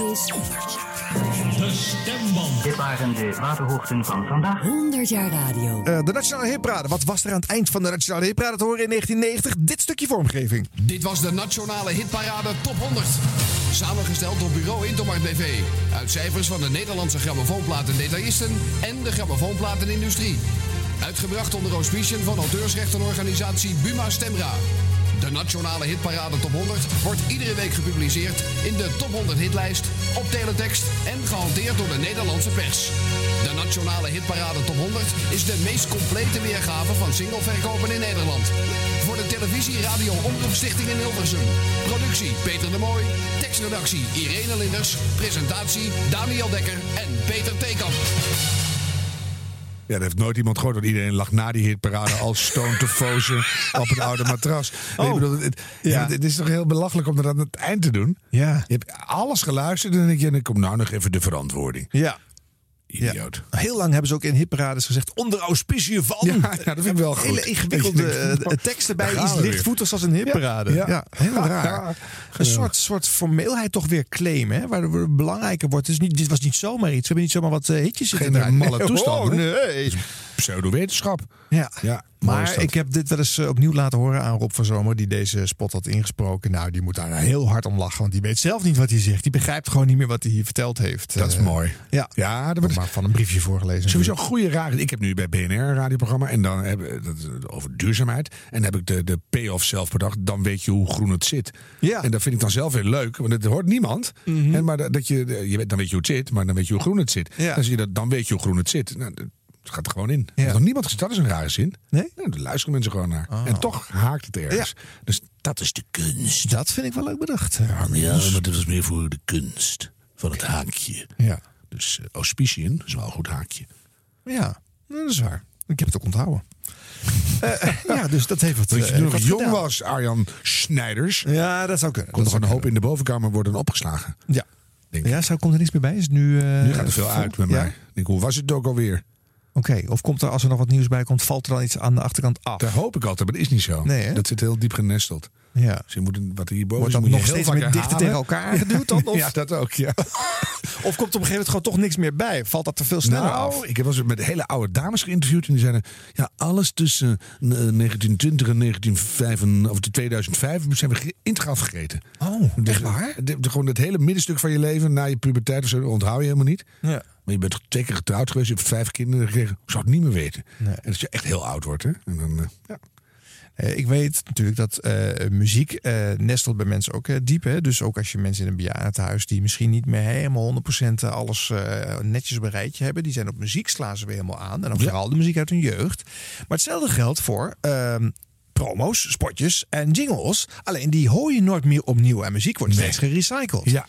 [SPEAKER 14] De stemband. Dit waren de waterhoogten van vandaag.
[SPEAKER 7] 100 jaar radio.
[SPEAKER 2] Eh, de Nationale Hitparade. Wat was er aan het eind van de Nationale Hitparade te horen in 1990? Dit stukje vormgeving.
[SPEAKER 16] Dit was de Nationale Hitparade Top 100. Samengesteld door Bureau Intomart BV. Uit cijfers van de Nederlandse grammofoonplatendetailisten en de grammofoonplatenindustrie. Uitgebracht onder auspiciën van auteursrechtenorganisatie Buma Stemra. De Nationale Hitparade Top 100 wordt iedere week gepubliceerd in de Top 100 hitlijst, op teletext en gehanteerd door de Nederlandse pers. De Nationale Hitparade Top 100 is de meest complete weergave van singleverkopen in Nederland. Voor de televisie, radio, omroep Stichting in Hilversum. Productie Peter de Mooi. Tekstredactie Irene Linders. Presentatie Daniel Dekker en Peter Theekamp.
[SPEAKER 3] Ja, dat heeft nooit iemand gehoord. Want iedereen lag na die hitparade als stone te
[SPEAKER 2] [laughs]
[SPEAKER 3] fozen op een oude matras. Nee, ik bedoel, het, ja.
[SPEAKER 2] Oh. Ja.
[SPEAKER 3] want het is toch heel belachelijk om dat aan het eind te doen?
[SPEAKER 2] Ja.
[SPEAKER 3] Je hebt alles geluisterd en dan denk je... dan komt nou nog even de verantwoording.
[SPEAKER 2] Ja.
[SPEAKER 3] Idioot.
[SPEAKER 2] Heel lang hebben ze ook in hitparades gezegd onder auspiciën van.
[SPEAKER 3] Ja, ja, dat vind ik wel goed.
[SPEAKER 2] Hele ingewikkelde
[SPEAKER 3] Ik denk,
[SPEAKER 2] eh,
[SPEAKER 3] nou,
[SPEAKER 2] teksten
[SPEAKER 3] daar
[SPEAKER 2] bij
[SPEAKER 3] gaan
[SPEAKER 2] iets
[SPEAKER 3] we weer.
[SPEAKER 2] lichtvoeters als een hitparade.
[SPEAKER 3] Ja,
[SPEAKER 2] Ja,
[SPEAKER 3] ja.
[SPEAKER 2] heel
[SPEAKER 3] [laughs]
[SPEAKER 2] raar.
[SPEAKER 3] Ja.
[SPEAKER 2] Een soort, soort formeelheid toch weer claimen, hè, waardoor het belangrijker wordt. Het is niet, dit was niet zomaar iets. We hebben niet zomaar wat eh, hitjes zitten
[SPEAKER 3] Geen
[SPEAKER 2] draaien.
[SPEAKER 3] malle
[SPEAKER 2] Nee,
[SPEAKER 3] toestand.
[SPEAKER 2] [laughs] oh,
[SPEAKER 3] hè?
[SPEAKER 2] nee.
[SPEAKER 3] Het is Pseudo-wetenschap.
[SPEAKER 2] Ja.
[SPEAKER 3] ja mooi is
[SPEAKER 2] Maar
[SPEAKER 3] dat.
[SPEAKER 2] ik heb dit wel eens eh, opnieuw laten horen aan Rob van Zomer, die deze spot had ingesproken. Nou, die moet daar heel hard om lachen, want die weet zelf niet wat hij zegt. Die begrijpt gewoon niet meer wat hij hier verteld heeft.
[SPEAKER 3] Dat is
[SPEAKER 2] Eh,
[SPEAKER 3] mooi.
[SPEAKER 2] Ja,
[SPEAKER 3] ja dat
[SPEAKER 2] maar van een briefje voorgelezen.
[SPEAKER 3] Sowieso een goede radio. Ik heb nu bij BNR een radioprogramma. En dan heb eh, dat is over duurzaamheid. En heb ik de, de payoff zelf bedacht. Dan weet je hoe groen het zit.
[SPEAKER 2] Ja. Mhm.
[SPEAKER 3] En dat vind ik dan zelf heel leuk. Want het hoort niemand. en maar dat, dat je, je weet, dan weet je hoe het zit. Maar dan weet je hoe groen het zit.
[SPEAKER 2] Ja.
[SPEAKER 3] Dan, zie je dat, dan weet je hoe groen het zit. Nou, dat het gaat er gewoon in.
[SPEAKER 2] Ja.
[SPEAKER 3] Dat nog niemand gezien. Dat is een rare zin.
[SPEAKER 2] Nee? Oh.
[SPEAKER 3] Nou, daar luisteren mensen gewoon naar. En toch haakt het ergens. Dus dat is de kunst.
[SPEAKER 2] Dat vind ik wel leuk bedacht.
[SPEAKER 3] Ja, maar dat was meer voor de kunst. Van het haakje.
[SPEAKER 2] Ja.
[SPEAKER 3] Dus eh, auspiciën is wel een goed haakje.
[SPEAKER 2] Ja, dat is waar. Ik heb het ook
[SPEAKER 3] [laughs]
[SPEAKER 2] onthouden. Eh, ja, dus dat heeft wat.
[SPEAKER 3] Dat je
[SPEAKER 2] eh,
[SPEAKER 3] toen nog
[SPEAKER 2] wat
[SPEAKER 3] jong
[SPEAKER 2] gedaan.
[SPEAKER 3] was, Arjan Snijders.
[SPEAKER 2] Ja, dat zou kunnen.
[SPEAKER 3] Kon nog een hoop in de bovenkamer worden opgeslagen.
[SPEAKER 2] Ja. Ja, zo komt er niks meer bij. Is het nu, eh,
[SPEAKER 3] nu gaat er veel
[SPEAKER 2] vol-
[SPEAKER 3] uit met
[SPEAKER 2] Ja?
[SPEAKER 3] mij. Ik Denk, hoe was het ook alweer?
[SPEAKER 2] Oké, of komt er als er nog wat nieuws bij komt, valt er dan iets aan de achterkant af?
[SPEAKER 3] Daar hoop ik altijd, maar dat is niet zo.
[SPEAKER 2] Nee, hè?
[SPEAKER 3] dat zit heel diep genesteld.
[SPEAKER 2] Ja.
[SPEAKER 3] Dus je moet, een- wat er hierboven
[SPEAKER 2] Wordt
[SPEAKER 3] is,
[SPEAKER 2] dat
[SPEAKER 3] moet je
[SPEAKER 2] nog
[SPEAKER 3] heel
[SPEAKER 2] steeds
[SPEAKER 3] vaak
[SPEAKER 2] met dichter
[SPEAKER 3] herhalen.
[SPEAKER 2] tegen elkaar geduwd dan?
[SPEAKER 3] [laughs]
[SPEAKER 2] Of,
[SPEAKER 3] Ja, dat ook, ja.
[SPEAKER 2] of komt op een gegeven moment gewoon toch niks meer bij? Valt dat er veel sneller
[SPEAKER 3] Nou,
[SPEAKER 2] af?
[SPEAKER 3] ik heb wel eens met hele oude dames geïnterviewd. En die zeiden, ja, alles tussen eh, 1920 en 1905 en- of 2005 zijn we ge- integraal vergeten. Dus
[SPEAKER 2] Oh,
[SPEAKER 3] echt waar? gewoon het hele middenstuk van je leven, na je puberteit of zo, onthoud je helemaal niet.
[SPEAKER 2] Ja.
[SPEAKER 3] Maar je bent toch twee keer getrouwd geweest, je hebt vijf kinderen gekregen. Ik zou het niet meer weten.
[SPEAKER 2] Nee.
[SPEAKER 3] En dat je echt heel oud wordt, hè? En dan, eh, ja.
[SPEAKER 2] Eh, ik weet natuurlijk dat eh, muziek eh, nestelt bij mensen ook eh, diep. Hè? Dus ook als je mensen in een bejaardentehuis die misschien niet meer helemaal 100% alles eh, netjes op een rijtje hebben. Die zijn op muziek slaan ze weer helemaal aan. En dan vooral de muziek uit hun jeugd. Maar hetzelfde geldt voor ehm, promo's, spotjes en jingles. Alleen die hoor je nooit meer opnieuw. En muziek wordt steeds gerecycled.
[SPEAKER 3] Ja.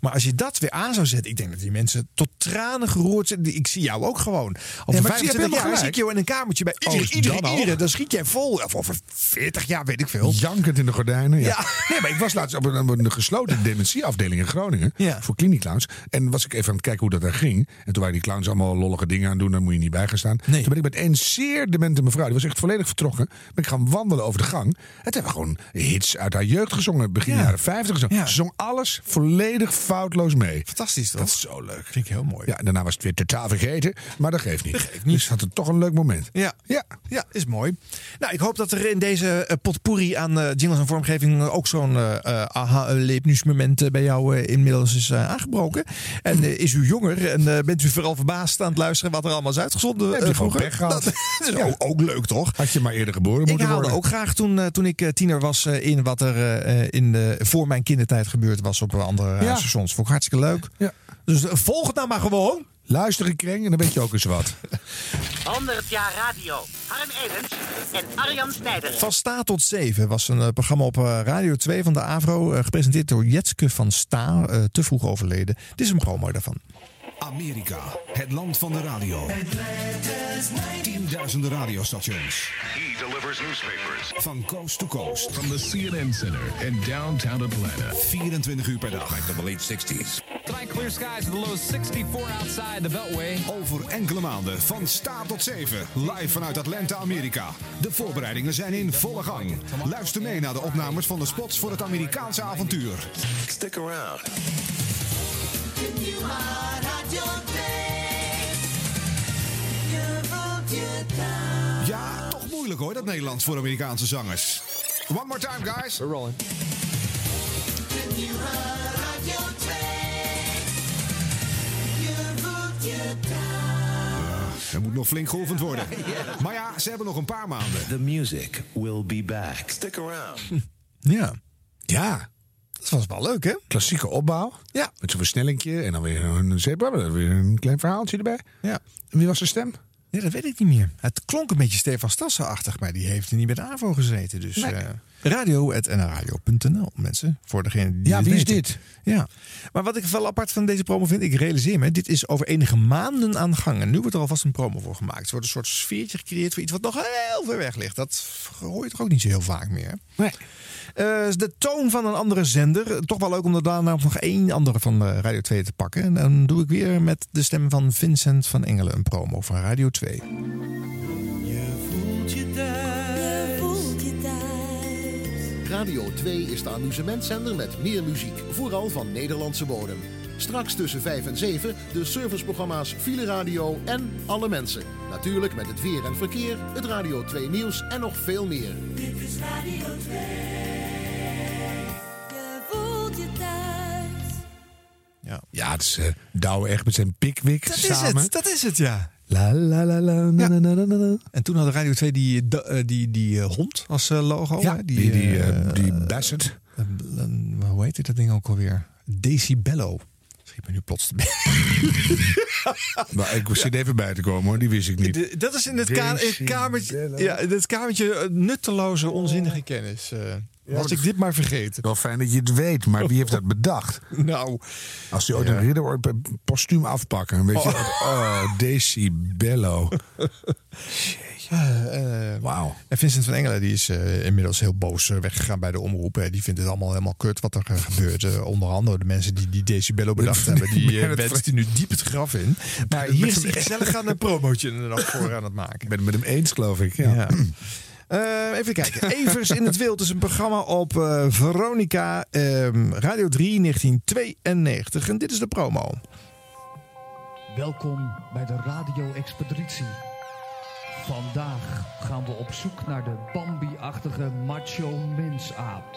[SPEAKER 2] Maar als je dat weer aan zou zetten, ik denk dat die mensen tot tranen geroerd zijn. Die- Ik zie jou ook gewoon.
[SPEAKER 3] maar
[SPEAKER 2] Over
[SPEAKER 3] je hebt
[SPEAKER 2] 25
[SPEAKER 3] helemaal
[SPEAKER 2] jaar zie
[SPEAKER 3] gelijk.
[SPEAKER 2] ik jou in een kamertje bij
[SPEAKER 3] Oh,
[SPEAKER 2] iedereen,
[SPEAKER 3] is
[SPEAKER 2] iedereen,
[SPEAKER 3] dat al?
[SPEAKER 2] iedereen. Dan schiet jij vol. Of over 40 jaar, weet ik veel.
[SPEAKER 3] Jankend in de gordijnen. Ja.
[SPEAKER 2] Ja. [laughs]
[SPEAKER 3] Nee, maar ik was laatst op een, op een gesloten dementieafdeling in Groningen. Voor klinieclowns. En was ik even aan het kijken hoe dat daar ging. En toen waren die clowns allemaal lollige dingen aan doen. Daar moet je niet bij gaan staan. Toen ben ik met een zeer demente mevrouw. Die was echt volledig vertrokken. Ben ik gaan wandelen over de gang. En toen hebben we gewoon hits uit haar jeugd gezongen. Begin jaren 50 gezongen. Ze zong alles volledig foutloos mee.
[SPEAKER 2] Fantastisch toch?
[SPEAKER 3] Dat is zo leuk.
[SPEAKER 2] Vind ik heel mooi.
[SPEAKER 3] Ja, en daarna was het weer totaal vergeten. Maar dat geeft niet. Dat geeft niet. Dus had het toch een leuk moment.
[SPEAKER 2] Ja.
[SPEAKER 3] Ja.
[SPEAKER 2] ja, is mooi. Nou, ik hoop dat er in deze eh, potpourri aan eh, jingles en vormgeving ook zo'n eh, eh, aha-leepnieuwsmoment bij jou eh, inmiddels is eh, aangebroken. En eh, is u jonger en eh, bent u vooral verbaasd aan het luisteren wat er allemaal is uitgezonden
[SPEAKER 3] Heb
[SPEAKER 2] eh,
[SPEAKER 3] je gewoon
[SPEAKER 2] vroeger?
[SPEAKER 3] pech gehad.
[SPEAKER 2] Dat is ook- ook leuk toch?
[SPEAKER 3] Had je maar eerder geboren
[SPEAKER 2] Ik
[SPEAKER 3] moeten
[SPEAKER 2] haalde
[SPEAKER 3] worden.
[SPEAKER 2] ook graag toen, eh, toen ik eh, tiener was eh, in wat er eh, eh, in de, voor mijn kindertijd gebeurd was op eh, andere
[SPEAKER 3] Ja.
[SPEAKER 2] radiostations. Vond ik hartstikke leuk.
[SPEAKER 3] Ja.
[SPEAKER 2] Dus eh, volg het nou maar gewoon.
[SPEAKER 3] Luister een kring en dan weet je ook eens wat.
[SPEAKER 11] 100 jaar radio. Harm Edens en Arjan Snijder.
[SPEAKER 2] Van Sta tot 7 was een eh, programma op eh, Radio 2 van de AVRO. eh, gepresenteerd door Jetske van Sta, eh, te vroeg overleden. Dit is hem gewoon mooi daarvan.
[SPEAKER 12] Amerika, het land van de radio. Tienduizenden radiostations.
[SPEAKER 25] He delivers newspapers.
[SPEAKER 12] Van coast to coast.
[SPEAKER 25] From the CNN Center in downtown Atlanta.
[SPEAKER 12] 24 uur per dag. Like the late 60s.
[SPEAKER 9] Tonight, clear skies with a low 64 outside the Beltway.
[SPEAKER 12] Over enkele maanden van staat tot 7. Live vanuit Atlanta, Amerika. De voorbereidingen zijn in volle gang. Luister mee naar de opnames van de spots voor het Amerikaanse avontuur. Stick around. Ja, toch moeilijk hoor, dat Nederlands voor Amerikaanse zangers. One more time, guys. We're rolling. Er moet nog flink geoefend
[SPEAKER 2] [laughs]
[SPEAKER 12] worden. Maar ja, ze hebben nog een paar maanden. The music will be back. Stick around.
[SPEAKER 2] Ja.
[SPEAKER 3] Hm. Ja.
[SPEAKER 2] Dat was wel leuk, hè?
[SPEAKER 3] Klassieke opbouw. Ja. Met zo'n versnellingje en dan weer een zebra. Dan weer een klein verhaaltje erbij.
[SPEAKER 2] Ja.
[SPEAKER 3] En wie was zijn stem?
[SPEAKER 2] Ja, dat weet ik niet meer. Het klonk een beetje Stefan Stassen-achtig, maar die heeft er niet bij de AVO gezeten. Dus
[SPEAKER 3] Nee.
[SPEAKER 2] eh radio.nradio.nl, mensen. Voor degene die
[SPEAKER 3] Ja,
[SPEAKER 2] het
[SPEAKER 3] wie is
[SPEAKER 2] weten. Ja. Maar wat ik wel apart van deze promo vind, ik realiseer me, dit is over enige maanden aan de gang. En nu wordt er alvast een promo voor gemaakt. Er wordt een soort sfeertje gecreëerd voor iets wat nog heel ver weg ligt. Dat hoor je toch ook niet zo heel vaak meer. Eh,
[SPEAKER 3] Nee.
[SPEAKER 2] de toon van een andere zender. Toch wel leuk om er daarna nog één andere van eh, Radio 2 te pakken. En dan doe ik weer met de stem van Vincent van Engelen een promo van Radio 2.
[SPEAKER 26] Radio 2 is de amusementzender met meer muziek, vooral van Nederlandse bodem. Straks tussen 5 en 7 de serviceprogramma's File Radio en Alle Mensen. Natuurlijk met het weer en verkeer, het Radio 2 nieuws en nog veel meer.
[SPEAKER 27] Dit is Radio 2. Je voelt je thuis.
[SPEAKER 2] Ja,
[SPEAKER 3] ja het is eh Douwe echt met zijn pikwik
[SPEAKER 2] Dat
[SPEAKER 3] samen.
[SPEAKER 2] is het, dat is het, ja.
[SPEAKER 3] La la la la na, na, na, na, na.
[SPEAKER 2] En toen had Radio 2 die, eh, da- eh, die, die eh, hond als eh, logo.
[SPEAKER 3] Ja,
[SPEAKER 2] hè?
[SPEAKER 3] die- die,
[SPEAKER 2] eh,
[SPEAKER 3] eh, die Bassett.
[SPEAKER 2] eh, bl- eh, hoe heet dat ding ook alweer? Decibello. Schiet me nu plots te
[SPEAKER 3] Maar ik zit even bij te komen hoor, die wist ik niet.
[SPEAKER 2] De- dat is in het, ka- het kamertje, ja, in het kamertje eh, nutteloze, onzinnige kennis. eh. Als ik dit maar vergeten.
[SPEAKER 3] Wel fijn dat je het weet, maar wie heeft dat bedacht?
[SPEAKER 2] [laughs] Nou.
[SPEAKER 3] Als je ooit een ridder wordt, eh, postuum afpakken. Weet je, oh. decibello.
[SPEAKER 2] Oh. Eh, eh,
[SPEAKER 3] Wauw.
[SPEAKER 2] En Vincent van Engelen die is eh, inmiddels heel boos eh, weggegaan bij de omroep. hè. die vindt het allemaal helemaal kut wat er eh, gebeurt. Eh, onder andere de mensen die die
[SPEAKER 3] [laughs]
[SPEAKER 2] Decibello bedacht hebben. Die
[SPEAKER 3] Ik ben
[SPEAKER 2] eh
[SPEAKER 3] het
[SPEAKER 2] wenst
[SPEAKER 3] ver-
[SPEAKER 2] hij nu diep het
[SPEAKER 3] [laughs]
[SPEAKER 2] graf in. Maar
[SPEAKER 3] ben
[SPEAKER 2] hier
[SPEAKER 3] het
[SPEAKER 2] is hij
[SPEAKER 3] ver-
[SPEAKER 2] gezellig aan een promotje er nog voor aan het maken.
[SPEAKER 3] Ik ben het met hem eens, geloof ik. Ja.
[SPEAKER 2] Eh, even kijken. Evers in het Wild is een programma op eh, Veronica ehm, Radio 3 1992. En dit is de promo.
[SPEAKER 14] Welkom bij de Radio Expeditie. Vandaag gaan we op zoek naar de Bambi-achtige macho mensaap.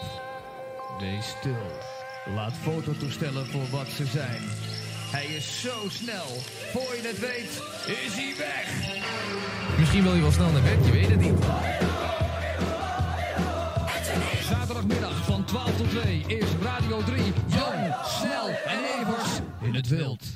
[SPEAKER 14] Wees stil. Laat fototoestellen voor wat ze zijn. Hij is zo snel. Voor je het weet, is hij weg.
[SPEAKER 16] Misschien wil je wel snel naar bed, je weet het niet.
[SPEAKER 14] Zaterdagmiddag van 12 tot 2 is Radio 3 jong, snel en evers in het wild.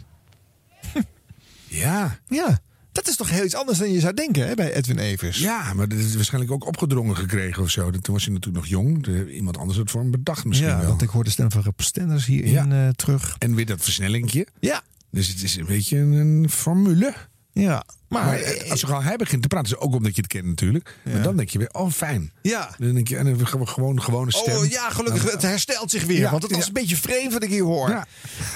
[SPEAKER 3] Ja.
[SPEAKER 2] Ja. Dat is toch heel iets anders dan je zou denken [clears throat] hè, bij Edwin Evers.
[SPEAKER 3] Ja, maar dat is waarschijnlijk ook opgedrongen gekregen of zo. Dat- Toen was hij natuurlijk nog jong. De- Iemand anders had het voor hem bedacht misschien
[SPEAKER 2] ja,
[SPEAKER 3] wel.
[SPEAKER 2] want ik hoor de stem van Rob Stenders hierin eh, terug.
[SPEAKER 3] En weer dat versnellingje.
[SPEAKER 2] Ja.
[SPEAKER 3] Dus het is een beetje een, een formule.
[SPEAKER 2] Ja, maar,
[SPEAKER 3] eh, als al hij begint te praten, is ook omdat je het kent natuurlijk. Maar dan denk je weer, oh fijn.
[SPEAKER 2] Ja.
[SPEAKER 3] Dan denk je, en dan gewoon gewone, gewone stem.
[SPEAKER 2] Oh ja, gelukkig,
[SPEAKER 3] Dan-
[SPEAKER 2] het herstelt zich weer.
[SPEAKER 3] Ja,
[SPEAKER 2] want het was
[SPEAKER 3] ja.
[SPEAKER 2] een beetje vreemd wat ik hier hoor.
[SPEAKER 3] Ja.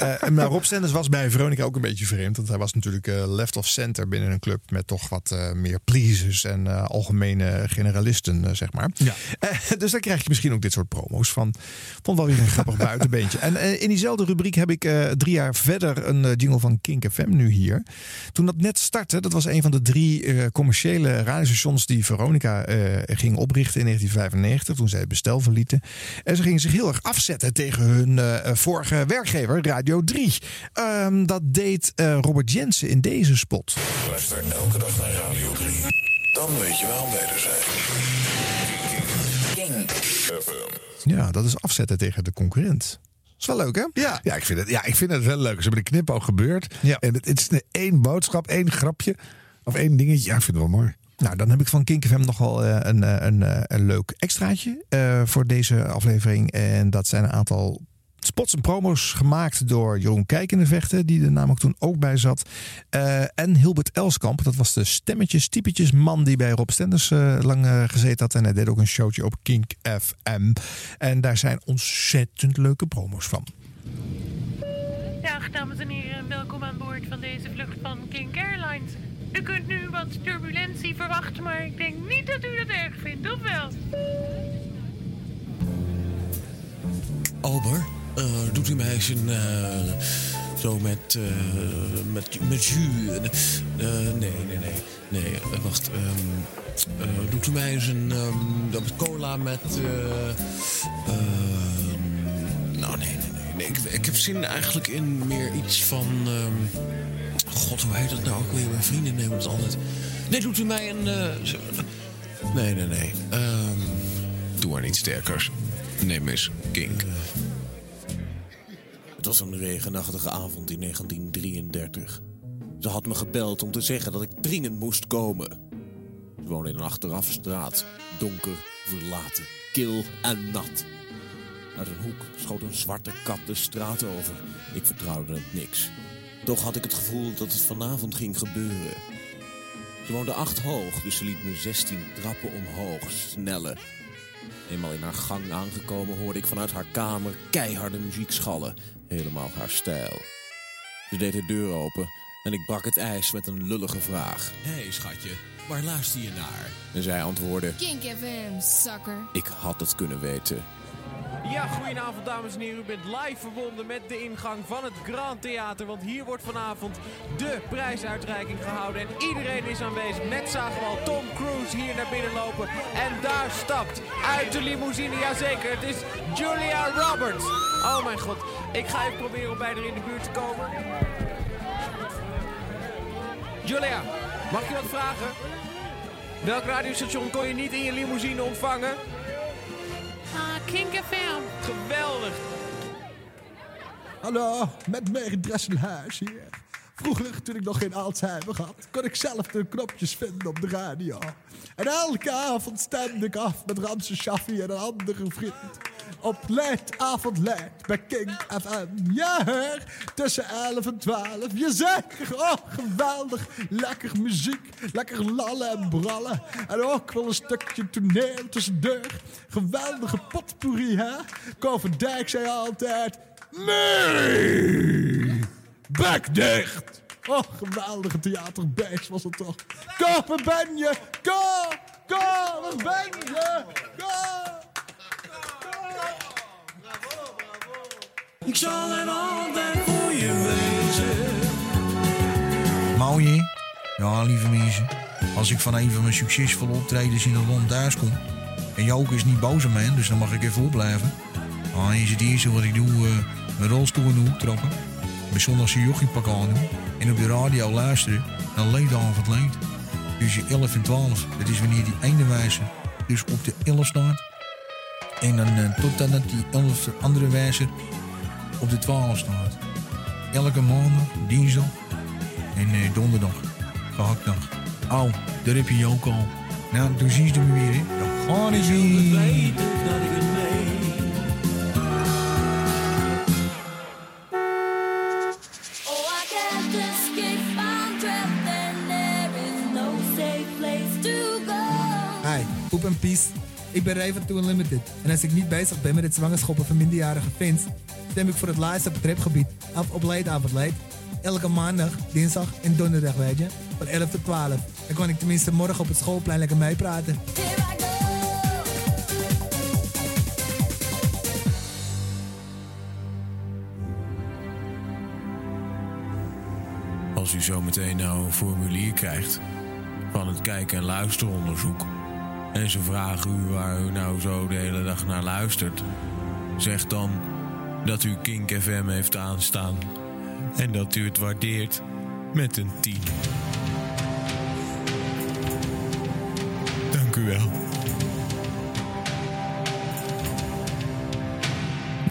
[SPEAKER 2] Eh, maar Rob Sanders was bij Veronica ook een beetje vreemd. Want hij was natuurlijk eh, left of center binnen een club met toch wat eh, meer pleasers en eh, algemene generalisten, eh, zeg maar. Eh, dus daar krijg je misschien ook dit soort promo's van. Vond wel weer een grappig buitenbeentje. En eh, in diezelfde rubriek heb ik eh, drie jaar verder een eh, jingle van Kink FM nu hier. Toen dat net startte, dat was een van de drie eh, commerciële radiostations die Veronica eh, ging oprichten in 1995. Toen zij het bestel verlieten. En ze gingen zich heel erg afzetten tegen hun eh, vorige werkgever, Radio 3. Ehm, dat deed eh, Robert Jensen in deze spot.
[SPEAKER 6] Luister elke dag naar Radio 3. Dan weet je waarom wij er zijn. FM.
[SPEAKER 2] Ja, dat is afzetten tegen de concurrent. Is wel leuk, hè? Ja.
[SPEAKER 3] Ja, ik vind het, ja, ik vind het wel leuk. Ze hebben de knipoog gebeurd. En het, het is een- één boodschap, één grapje. Of één dingetje, ja, ik vind het wel mooi.
[SPEAKER 2] Nou, dan heb ik van Kink FM nog wel eh, een, eh, een, eh, een leuk extraatje eh, voor deze aflevering. En dat zijn een aantal spots en promos gemaakt door Jeroen Kijk in de Vechten, die er namelijk toen ook bij zat. Eh, en Hilbert Elskamp, dat was de stemmetjes, typetjes man die bij Rob Stenders eh, lang eh, gezeten had. En hij deed ook een showtje op Kink FM. En daar zijn ontzettend leuke promos van.
[SPEAKER 1] Dag dames en heren, welkom aan boord van deze vlucht van King Airlines. U kunt nu wat turbulentie verwachten, maar ik denk niet dat u dat erg vindt, of wel?
[SPEAKER 5] Alber, eh, doet u mij eens een. eh, zo met, eh, met. met jus. eh, eh, nee, nee, nee. Nee, eh, wacht. ehm, eh, doet u mij eens een. ehm, dat met cola met. eh, ehm, nou, nee, nee, nee. nee. Ik, ik heb zin eigenlijk in meer iets van. ehm, God, hoe heet dat nou ook weer? Mijn vrienden nemen het altijd. Nee, doet u mij een. eh, zo- nee, nee, nee. Ehm, doe maar niet sterkers. Neem eens, Kink.
[SPEAKER 6] Het was een regenachtige avond in 1933. Ze had me gebeld om te zeggen dat ik dringend moest komen. Ze woonde in een achterafstraat, donker, verlaten, kil en nat. Uit een hoek schoot een zwarte kat de straat over. Ik vertrouwde het niks. Toch had ik het gevoel dat het vanavond ging gebeuren. Ze woonde acht hoog, dus ze liet me 16 trappen omhoog snellen. Eenmaal in haar gang aangekomen hoorde ik vanuit haar kamer keiharde muziek schallen. Helemaal haar stijl. Ze deed de deur open en ik brak het ijs met een lullige vraag.
[SPEAKER 5] Hé, hey, schatje, waar luister je naar?
[SPEAKER 6] En zij antwoordde,
[SPEAKER 8] Kink FM, sucker.
[SPEAKER 6] ik had het kunnen weten.
[SPEAKER 21] Ja, goedenavond dames en heren. U bent live verbonden met de ingang van het Grand Theater. Want hier wordt vanavond de prijsuitreiking gehouden. En iedereen is aanwezig. Net zagen we al Tom Cruise hier naar binnen lopen. En daar stapt uit de limousine, jazeker, het is Julia Roberts. Oh mijn god, ik ga even proberen om bij haar in de buurt te komen. Julia, mag ik je wat vragen? Welk radiostation kon je niet in je limousine ontvangen?
[SPEAKER 1] Ah, King FM.
[SPEAKER 21] Geweldig!
[SPEAKER 28] Hallo, met Mary Dresselhuis hier. Vroeger, toen ik nog geen Alzheimer had, kon ik zelf de knopjes vinden op de radio. En elke avond stemde ik af met Ramse Shaffi en een andere vriend. Op Leid, avond Leid, bij King FM. Ja, hoor, tussen 11 en 12. Jazeker, oh, geweldig. Lekker muziek, lekker lallen en brallen. En ook wel een stukje toneel tussendoor. Geweldige potpourri, hè? Kovendijk zei altijd... Nee! Bek dicht! Oh, geweldige theaterbeest was het toch. Ko, waar ben je? Ko! Ko, waar ben je? Ko!
[SPEAKER 12] Ik zal er altijd voor je wezen.
[SPEAKER 29] Mooi, hè? Ja, lieve mensen. Als ik van een van mijn succesvolle optredens in de land thuis kom... en Joke is niet boos om mij, dus dan mag ik even opblijven... dan is het eerste wat ik doe eh, mijn rolstoel in de hoek trappen... mijn zondagse jochiepak aan doen... en op de radio luisteren naar Leed aan het Leed. Tussen 11 en 12, dat is wanneer die ene wijzer dus op de 11 staat... en dan eh, tot aan dat die 11 andere wijzer op de 12 staat. Elke maandag, dinsdag en eh, donderdag. Gehaktdag. Au, daar heb je Joke al. Nou, toen zien ze hem weer, hè. Dan gaan ze weer.
[SPEAKER 12] Oh, I can't escape. I'm trapped and there is no safe place to go.
[SPEAKER 30] Hi, poep en pies. Ik ben Rij van Toe Unlimited. En als ik niet bezig ben met het zwangerschoppen van minderjarige fans, stem ik voor het laatst op het trapgebied af op Leidavond Leid. Elke maandag, dinsdag en donderdag, weet je. Van 11 tot 12. Dan kan ik tenminste morgen op het schoolplein lekker meepraten.
[SPEAKER 5] Als u zometeen nou een formulier krijgt van het kijk- en luisteronderzoek. En ze vragen u waar u nou zo de hele dag naar luistert. Zeg dan dat u Kink FM heeft aanstaan. En dat u het waardeert met een 10. Dank u wel.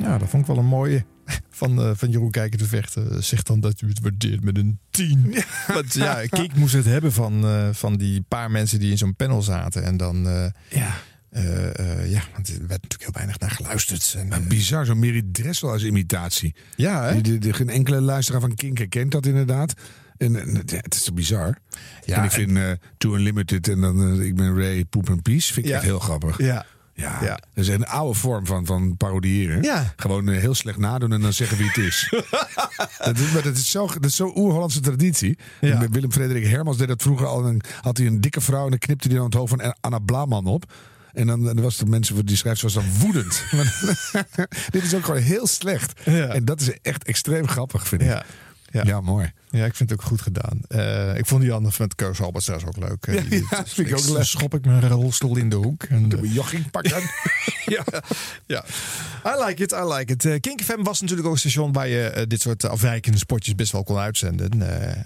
[SPEAKER 2] Ja, dat vond ik wel een mooie. [laughs] van, eh, van Jeroen Kijker te vechten. Zeg dan dat u het waardeert
[SPEAKER 3] [laughs]
[SPEAKER 2] met een 10. Want ja, [laughs] Kik moest het hebben van, eh, van die paar mensen die in zo'n panel zaten. En dan. eh, eh, eh, ja, want er werd natuurlijk heel weinig naar geluisterd. En, eh,
[SPEAKER 3] Bizar, zo'n Mary Dressel als imitatie.
[SPEAKER 2] Ja, hè?
[SPEAKER 3] Die- die- die- geen enkele luisteraar van Kink herkent dat inderdaad. En, en, ja, het is toch bizar?
[SPEAKER 2] Ja,
[SPEAKER 3] en ik
[SPEAKER 2] en-
[SPEAKER 3] vind eh To Unlimited en dan eh, Ik ben Ray, Poep en Peace vind ik
[SPEAKER 2] Ja.
[SPEAKER 3] echt heel grappig.
[SPEAKER 2] Ja.
[SPEAKER 3] Ja, dat is een oude vorm van, van parodiëren.
[SPEAKER 2] Ja.
[SPEAKER 3] Gewoon eh, heel slecht nadoen en dan zeggen wie het
[SPEAKER 2] [laughs]
[SPEAKER 3] is. dat is maar dat is zo- dat is zo'n oer-Hollandse traditie. En Willem Frederik Hermans deed dat vroeger al. En dan had hij een dikke vrouw en dan knipte hij dan het hoofd van Anna Blaman op. En dan dan was de mensen voor die schrijft was dan
[SPEAKER 2] [laughs]
[SPEAKER 3] woedend. Maar- [laughs] Dit is ook gewoon heel slecht. En dat is echt extreem grappig, vind ik.
[SPEAKER 2] Ja. Ja.
[SPEAKER 3] mooi.
[SPEAKER 2] Ja, ik vind het ook goed gedaan. Eh, ik vond die andere met Keus Albers trouwens ook leuk. Eh,
[SPEAKER 3] [laughs] Ja,
[SPEAKER 2] die-
[SPEAKER 3] ja, vind ik ook
[SPEAKER 2] dan
[SPEAKER 3] leuk.
[SPEAKER 2] schop ik mijn rolstoel in de hoek. En, eh,
[SPEAKER 3] Doe een jogging [laughs] pakken.
[SPEAKER 2] ja, ja. I like it, I like it. Eh Kink FM was natuurlijk ook een station waar je eh, dit soort afwijkende spotjes best wel kon uitzenden.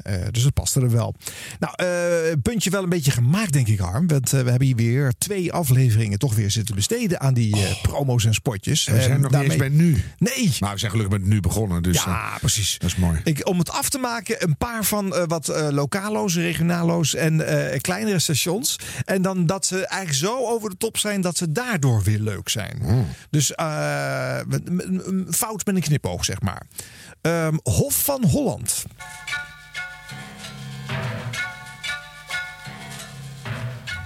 [SPEAKER 2] Eh, eh, dus het paste er wel. Nou, eh, puntje wel een beetje gemaakt, denk ik, Harm. Want eh, we hebben hier weer twee afleveringen toch weer zitten besteden aan die eh, promo's en spotjes.
[SPEAKER 3] En Oh. we zijn
[SPEAKER 2] En
[SPEAKER 3] nog niet eens bij nu.
[SPEAKER 2] Nee.
[SPEAKER 3] Maar we zijn gelukkig met nu begonnen. Dus
[SPEAKER 2] Ja,
[SPEAKER 3] eh,
[SPEAKER 2] precies.
[SPEAKER 3] Dat is mooi.
[SPEAKER 2] Ik, om het af te maken, een paar van eh, wat eh, lokalo's, regionalo's en eh, kleinere stations. En dan dat ze eigenlijk zo over de top zijn dat ze daardoor weer leuk zijn.
[SPEAKER 3] Hmm.
[SPEAKER 2] Dus eh, met- met- een fout met een knipoog, zeg maar. Ehm, Hof van Holland.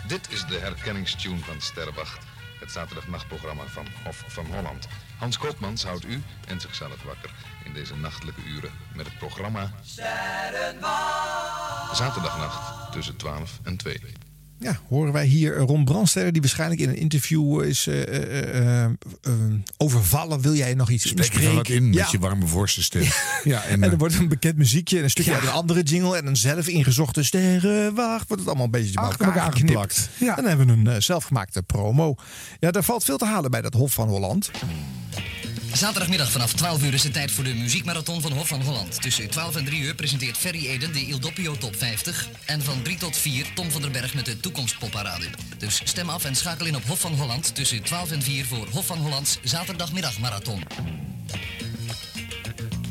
[SPEAKER 4] Dit is de herkenningstune van Sterrenwacht. Het zaterdagnachtprogramma van Hof van Holland. Hans Koopmans houdt u en zichzelf wakker in deze nachtelijke uren met het programma Zaterdagnacht tussen 12 en 2.
[SPEAKER 2] Ja, horen wij hier Ron Brandster, die waarschijnlijk in een interview is eh, eh, eh, eh, overvallen. Wil jij nog iets
[SPEAKER 3] Spreek je er wat in
[SPEAKER 2] Ja.
[SPEAKER 3] met je warme vorstenstem. Ja,
[SPEAKER 2] en,
[SPEAKER 3] eh,
[SPEAKER 2] er wordt een bekend muziekje en een stukje
[SPEAKER 3] Ja.
[SPEAKER 2] uit een andere jingle en een zelf ingezochte sterrenwacht. Wordt het allemaal een beetje bij
[SPEAKER 3] Achter
[SPEAKER 2] elkaar,
[SPEAKER 3] elkaar
[SPEAKER 2] geknipt.
[SPEAKER 3] geplakt.
[SPEAKER 2] En dan hebben we een eh, zelfgemaakte promo. Ja, daar valt veel te halen bij dat Hof van Holland.
[SPEAKER 9] Zaterdagmiddag vanaf 12 uur is het tijd voor de muziekmarathon van Hof van Holland. Tussen 12 en 3 uur presenteert Ferry Eden de Il Doppio Top 50. En van 3 tot 4 Tom van der Berg met de Toekomstpopparade. Dus stem af en schakel in op Hof van Holland tussen 12 en 4 voor Hof van Hollands Zaterdagmiddagmarathon.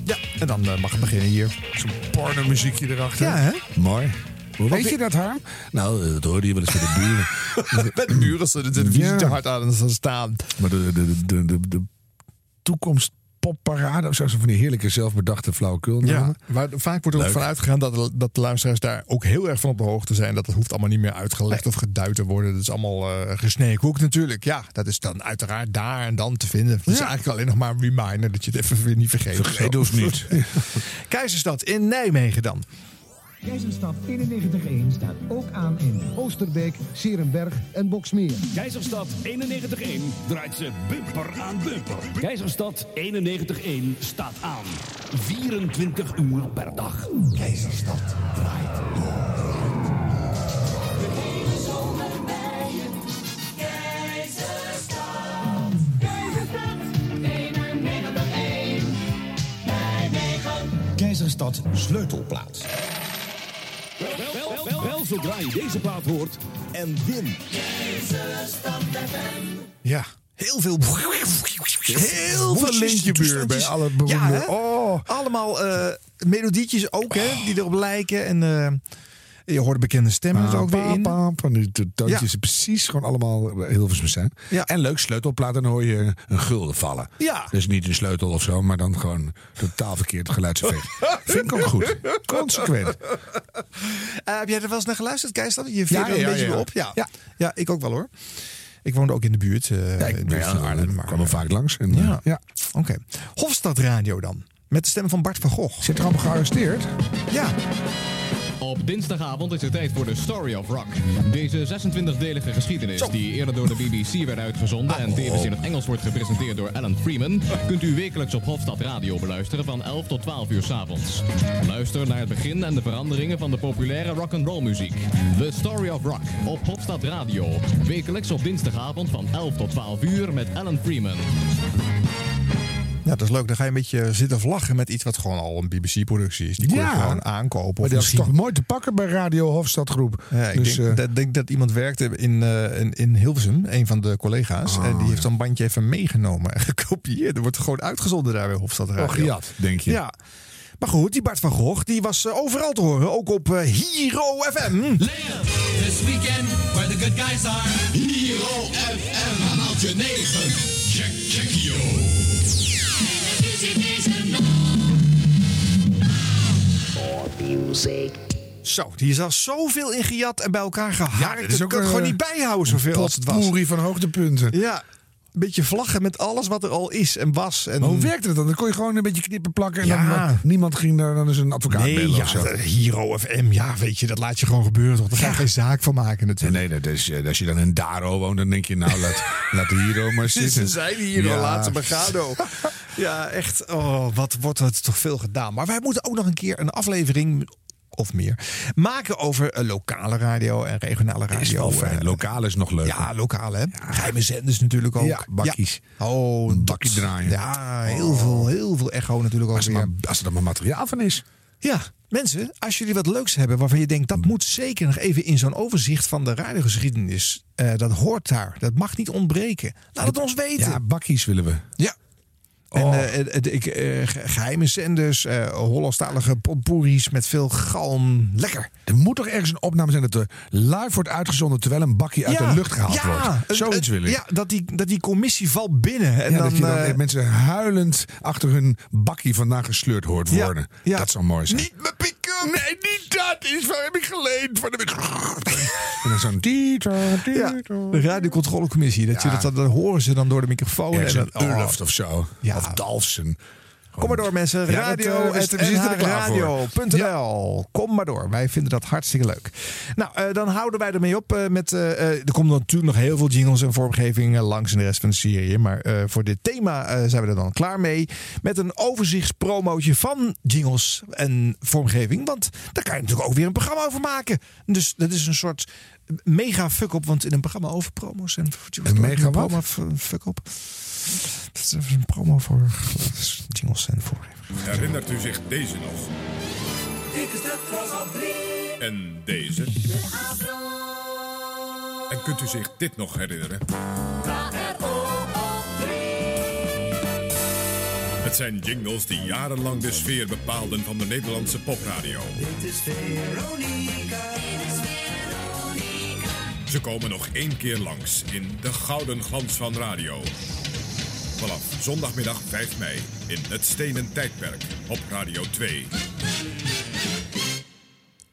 [SPEAKER 2] Ja, en dan eh, mag het beginnen hier.
[SPEAKER 3] Zo'n pornomuziekje erachter.
[SPEAKER 2] Ja, hè?
[SPEAKER 3] Mooi. Hoe weet je dat, Harm? Nou, eh, dat hoorde je wel eens bij de buren.
[SPEAKER 2] [laughs] bij de buren ze de televisie
[SPEAKER 3] Ja.
[SPEAKER 2] te hard aan het staan.
[SPEAKER 3] Maar de, de, de, de, de toekomstpopparade, of zo, zo van die heerlijke zelfbedachte flauwekul.
[SPEAKER 2] Ja, waar, vaak wordt er ook
[SPEAKER 3] Leuk.
[SPEAKER 2] van uitgegaan dat, dat de luisteraars daar ook heel erg van op de hoogte zijn. Dat het hoeft allemaal niet meer uitgelegd of geduid te worden. Dat is allemaal eh gesneden koek natuurlijk. Ja, dat is dan uiteraard daar en dan te vinden. Het is eigenlijk alleen nog maar een reminder dat je het even weer niet vergeet.
[SPEAKER 3] Vergeet ons
[SPEAKER 2] [laughs]
[SPEAKER 3] niet.
[SPEAKER 2] Keizerstad in Nijmegen dan.
[SPEAKER 10] Keizerstad 91-1 staat ook aan in Oosterbeek, Sierenberg en Boksmeer.
[SPEAKER 11] Keizerstad 91-1 draait ze bumper aan bumper. Keizerstad 91-1 staat aan. 24 uur per dag. Keizerstad draait
[SPEAKER 10] Keizerstad sleutelplaats.
[SPEAKER 11] Wel, wel, wel, wel zodra je deze plaat hoort en win. Keizerstad
[SPEAKER 2] Ja. Heel veel. Heel veel
[SPEAKER 3] Woestjes,
[SPEAKER 2] lintjebuur bij
[SPEAKER 3] toestandjes.
[SPEAKER 2] alle beroemde.
[SPEAKER 3] Ja, hè?
[SPEAKER 2] oh. Allemaal eh, melodietjes ook, hè, die erop lijken. En eh, je hoort bekende stemmen er ook weer in.
[SPEAKER 3] Van die to- toontjes
[SPEAKER 2] Ja.
[SPEAKER 3] precies gewoon allemaal Hilversum
[SPEAKER 2] [laughs]
[SPEAKER 3] zijn. En leuk sleutelplaat, dan hoor je een gulden vallen.
[SPEAKER 2] Ja.
[SPEAKER 3] Dus niet een sleutel of zo, maar dan gewoon totaal verkeerd
[SPEAKER 2] [laughs]
[SPEAKER 3] geluidseffect. Vind ik ook goed. Consequent.
[SPEAKER 2] Eh, heb jij er wel eens naar geluisterd, Keistan? Je veert
[SPEAKER 3] Ja,
[SPEAKER 2] er een
[SPEAKER 3] ja,
[SPEAKER 2] beetje
[SPEAKER 3] ja.
[SPEAKER 2] weer op. Ja. Ja. ik ook wel hoor. Ik woonde ook in de buurt. eh, in de buurt van Arnhem.
[SPEAKER 3] Ik kwam er vaak langs. En, eh,
[SPEAKER 2] Ja. Oké. Hofstad Radio dan. Met de stem van Bart van Gogh.
[SPEAKER 3] Zit er allemaal gearresteerd?
[SPEAKER 2] Ja.
[SPEAKER 22] Op dinsdagavond is het tijd voor de Story of Rock. Deze 26-delige geschiedenis, die eerder door de BBC werd uitgezonden en tevens in het Engels wordt gepresenteerd door Alan Freeman, kunt u wekelijks op Hofstad Radio beluisteren van 11 tot 12 uur s'avonds. Luister naar het begin en de veranderingen van de populaire rock'n'roll muziek. The Story of Rock op Hofstad Radio. Wekelijks op dinsdagavond van 11 tot 12 uur met Alan Freeman.
[SPEAKER 2] Ja, dat is leuk. Dan ga je een beetje zitten vlaggen met iets wat gewoon al een BBC-productie is. Die kun je
[SPEAKER 3] Ja.
[SPEAKER 2] gewoon aankopen.
[SPEAKER 3] Maar dat
[SPEAKER 2] Of
[SPEAKER 3] is
[SPEAKER 2] misschien...
[SPEAKER 3] toch mooi te pakken bij Radio Hofstadgroep.
[SPEAKER 2] Ja, ik
[SPEAKER 3] dus,
[SPEAKER 2] denk,
[SPEAKER 3] eh,
[SPEAKER 2] dat, denk dat iemand werkte in, eh, in, in Hilversum, een van de collega's. en die heeft zo'n bandje even meegenomen en [laughs] gekopieerd. Er wordt gewoon uitgezonden daar bij Hofstad Radio.
[SPEAKER 3] Oh, gejat, denk je?
[SPEAKER 2] Ja. Maar goed, die Bart van Gogh, die was eh, overal te horen. Ook op eh, Hero FM.
[SPEAKER 7] This weekend, where the good guys are. Hero FM, maaltje 9. Jack, Jack, yo.
[SPEAKER 2] Zo, die is al zoveel in gejat en bij elkaar geharkt.
[SPEAKER 3] dit
[SPEAKER 2] dat
[SPEAKER 3] is
[SPEAKER 2] is
[SPEAKER 3] ook
[SPEAKER 2] ook eh, kan het
[SPEAKER 3] een,
[SPEAKER 2] gewoon niet bijhouden zoveel als het was.
[SPEAKER 3] potpourri van hoogtepunten.
[SPEAKER 2] Ja, een beetje vlaggen met alles wat er al is en was. En...
[SPEAKER 3] Maar hoe werkte dat dan? Dan kon je gewoon een beetje knippen plakken. En
[SPEAKER 2] Ja.
[SPEAKER 3] dan, eh, niemand ging daar dan eens een advocaat
[SPEAKER 2] Nee,
[SPEAKER 3] bellen
[SPEAKER 2] ja,
[SPEAKER 3] of zo.
[SPEAKER 2] de Hero FM, ja, weet je, dat laat je gewoon gebeuren. Toch? Daar ga je geen zaak van maken natuurlijk.
[SPEAKER 3] Nee, dat is, eh, als je dan in Daro woont, dan denk je, nou, laat,
[SPEAKER 2] [laughs]
[SPEAKER 3] laat de Hero maar
[SPEAKER 2] Ze
[SPEAKER 3] zitten.
[SPEAKER 2] zijn hier
[SPEAKER 3] Ja.
[SPEAKER 2] al laatste Megado. Ja, echt. Oh, wat wordt er toch veel gedaan. Maar wij moeten ook nog een keer een aflevering of meer maken over eh, lokale radio en regionale radio.
[SPEAKER 3] Is wel fijn.
[SPEAKER 2] Eh,
[SPEAKER 3] Lokaal is nog leuk.
[SPEAKER 2] Ja, lokaal hè. Geheime zenders natuurlijk ook.
[SPEAKER 3] Ja, bakkies.
[SPEAKER 2] Ja. Oh, bakkie
[SPEAKER 3] draaien. Oh.
[SPEAKER 2] Ja, heel veel, heel veel echo natuurlijk ook
[SPEAKER 3] Als er,
[SPEAKER 2] weer.
[SPEAKER 3] maar, als er dan maar materiaal van is.
[SPEAKER 2] Ja, mensen, als jullie wat leuks hebben waarvan je denkt dat moet zeker nog even in zo'n overzicht van de radiogeschiedenis. eh, dat hoort daar. Dat mag niet ontbreken. Laat het ons weten.
[SPEAKER 3] Ja, bakkies willen we. Oh.
[SPEAKER 2] Ja. En eh, eh, eh, ik, eh, ge- geheime zenders, eh Hollandstalige potpourris met veel galm. Lekker.
[SPEAKER 3] Er moet toch ergens een opname zijn dat er live wordt uitgezonden terwijl een bakkie uit de lucht gehaald wordt. Zoiets wil ik.
[SPEAKER 2] Ja, dat die, dat die commissie valt binnen. En
[SPEAKER 3] Ja,
[SPEAKER 2] dan,
[SPEAKER 3] dat je dan
[SPEAKER 2] eh,
[SPEAKER 3] eh, mensen huilend achter hun bakkie vandaan gesleurd hoort
[SPEAKER 2] Ja,
[SPEAKER 3] worden. Dat zou mooi zijn.
[SPEAKER 2] Niet mijn pick-up! Nee, niet dat! Is waar heb ik geleend? Van
[SPEAKER 3] En dan zo'n tieter, tieter.
[SPEAKER 2] de radiocontrolecommissie. Dat, je
[SPEAKER 3] Ja.
[SPEAKER 2] dat, dat, dat horen ze dan door de microfoon.
[SPEAKER 3] Ergens
[SPEAKER 2] en
[SPEAKER 3] een
[SPEAKER 2] dan- oh.
[SPEAKER 3] Urloft of zo.
[SPEAKER 2] Ja.
[SPEAKER 3] Of Dalfsen.
[SPEAKER 2] Kom maar door mensen.
[SPEAKER 3] Ja, dat, eh,
[SPEAKER 2] Radio
[SPEAKER 3] we
[SPEAKER 2] at
[SPEAKER 3] zitten- we zitten er klaar voor.
[SPEAKER 2] radio.nl. Kom maar door. Wij vinden dat hartstikke leuk. Nou, eh, dan houden wij ermee op. eh, met, eh, eh, er komen natuurlijk nog heel veel jingles en vormgevingen langs in de rest van de serie. Maar eh, voor dit thema eh, zijn we er dan klaar mee. Met een overzichtspromootje van jingles en vormgeving. Want daar kan je natuurlijk ook weer een programma over maken. Dus dat is een soort mega fuck-up. Want in een programma over promo's en...
[SPEAKER 3] Een mega wat?
[SPEAKER 2] Fuck-up. Dat is even een promo voor jingles en vormgeving.
[SPEAKER 20] Herinnert u zich deze nog? Dit is de cross 3. En deze? En kunt u zich dit nog herinneren? Het zijn jingles die jarenlang de sfeer bepaalden van de Nederlandse popradio. Ze komen nog één keer langs in De Gouden Glans van Radio. Vanaf zondagmiddag 5 mei in Het Stenen Tijdperk op Radio 2.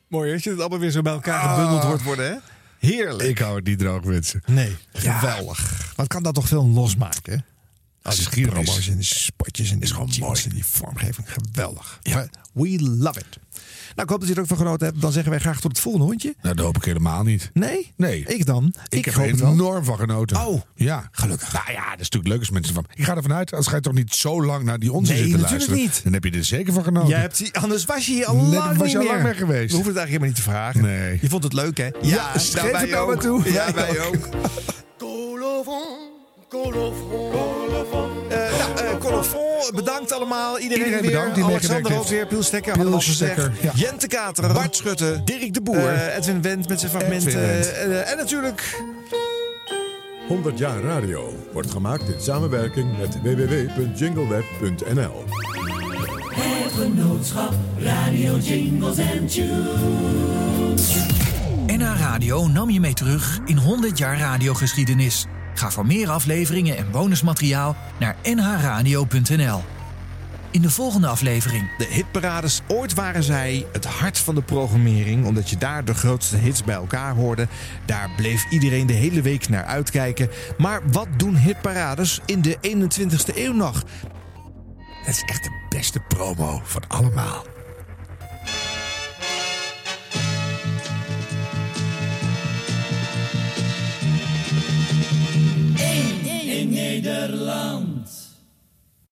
[SPEAKER 2] Mooi dat je het allemaal weer zo bij elkaar gebundeld hoort worden, hè? Heerlijk.
[SPEAKER 3] Ik hou het niet droog, mensen.
[SPEAKER 2] Nee, geweldig. Wat kan dat toch veel losmaken? hè? Al die
[SPEAKER 3] Geschiedenis.
[SPEAKER 2] promo's en die spotjes en die jingles en die vormgeving. Geweldig. We love it. Nou, ik hoop dat je er ook van genoten hebt. Dan zeggen wij graag tot het volgende hondje.
[SPEAKER 3] Nou, dat hoop ik helemaal niet.
[SPEAKER 2] Nee?
[SPEAKER 3] Nee.
[SPEAKER 2] Ik dan?
[SPEAKER 3] Ik, heb
[SPEAKER 2] hoop
[SPEAKER 3] er
[SPEAKER 2] het wel.
[SPEAKER 3] enorm van genoten.
[SPEAKER 2] Oh.
[SPEAKER 3] Ja. Gelukkig. Nou ja, dat is natuurlijk leuk als mensen van... Ik ga ervan uit, als ga je toch niet zo lang naar die onze
[SPEAKER 2] Nee,
[SPEAKER 3] zitten
[SPEAKER 2] natuurlijk
[SPEAKER 3] luisteren.
[SPEAKER 2] niet.
[SPEAKER 3] Dan heb je er zeker van genoten.
[SPEAKER 2] Jij hebt, die- anders dus was je hier al
[SPEAKER 3] Nee,
[SPEAKER 2] lang
[SPEAKER 3] dan was
[SPEAKER 2] niet
[SPEAKER 3] je al
[SPEAKER 2] meer.
[SPEAKER 3] lang weg geweest.
[SPEAKER 2] We hoeven het eigenlijk helemaal niet te vragen.
[SPEAKER 3] Nee.
[SPEAKER 2] Je vond het leuk, hè?
[SPEAKER 3] Ja,
[SPEAKER 2] nou,
[SPEAKER 3] schreef
[SPEAKER 2] wij
[SPEAKER 3] het nou maar
[SPEAKER 2] ook.
[SPEAKER 3] toe. Wij
[SPEAKER 2] Ja, wij ook. Eh, nou, eh, Colofon, bedankt allemaal. Iedereen,
[SPEAKER 3] Iedereen
[SPEAKER 2] weer.
[SPEAKER 3] bedankt die
[SPEAKER 2] Alexander
[SPEAKER 3] meegewerkt
[SPEAKER 2] ook weer, Piel Stekker,
[SPEAKER 3] Piel
[SPEAKER 2] allemaal gezegd.
[SPEAKER 3] Stekker, ja.
[SPEAKER 2] Jente Kater, Bart Schutte, Dirk de Boer, Edwin Wendt met zijn fragmenten.
[SPEAKER 20] Wendt.
[SPEAKER 2] eh, en natuurlijk
[SPEAKER 20] 100 jaar radio wordt gemaakt in samenwerking met www.jingleweb.nl.
[SPEAKER 12] Het genootschap Radio Jingles en Tunes.
[SPEAKER 23] NH Radio nam je mee terug in 100 jaar radiogeschiedenis. Ga voor meer afleveringen en bonusmateriaal naar nhradio.nl. In de volgende aflevering.
[SPEAKER 2] de hitparades. Ooit waren zij het hart van de programmering, omdat je daar de grootste hits bij elkaar hoorde. Daar bleef iedereen de hele week naar uitkijken. Maar wat doen hitparades in de 21ste eeuw nog?
[SPEAKER 3] Het is echt de beste promo van allemaal.
[SPEAKER 12] In Nederland.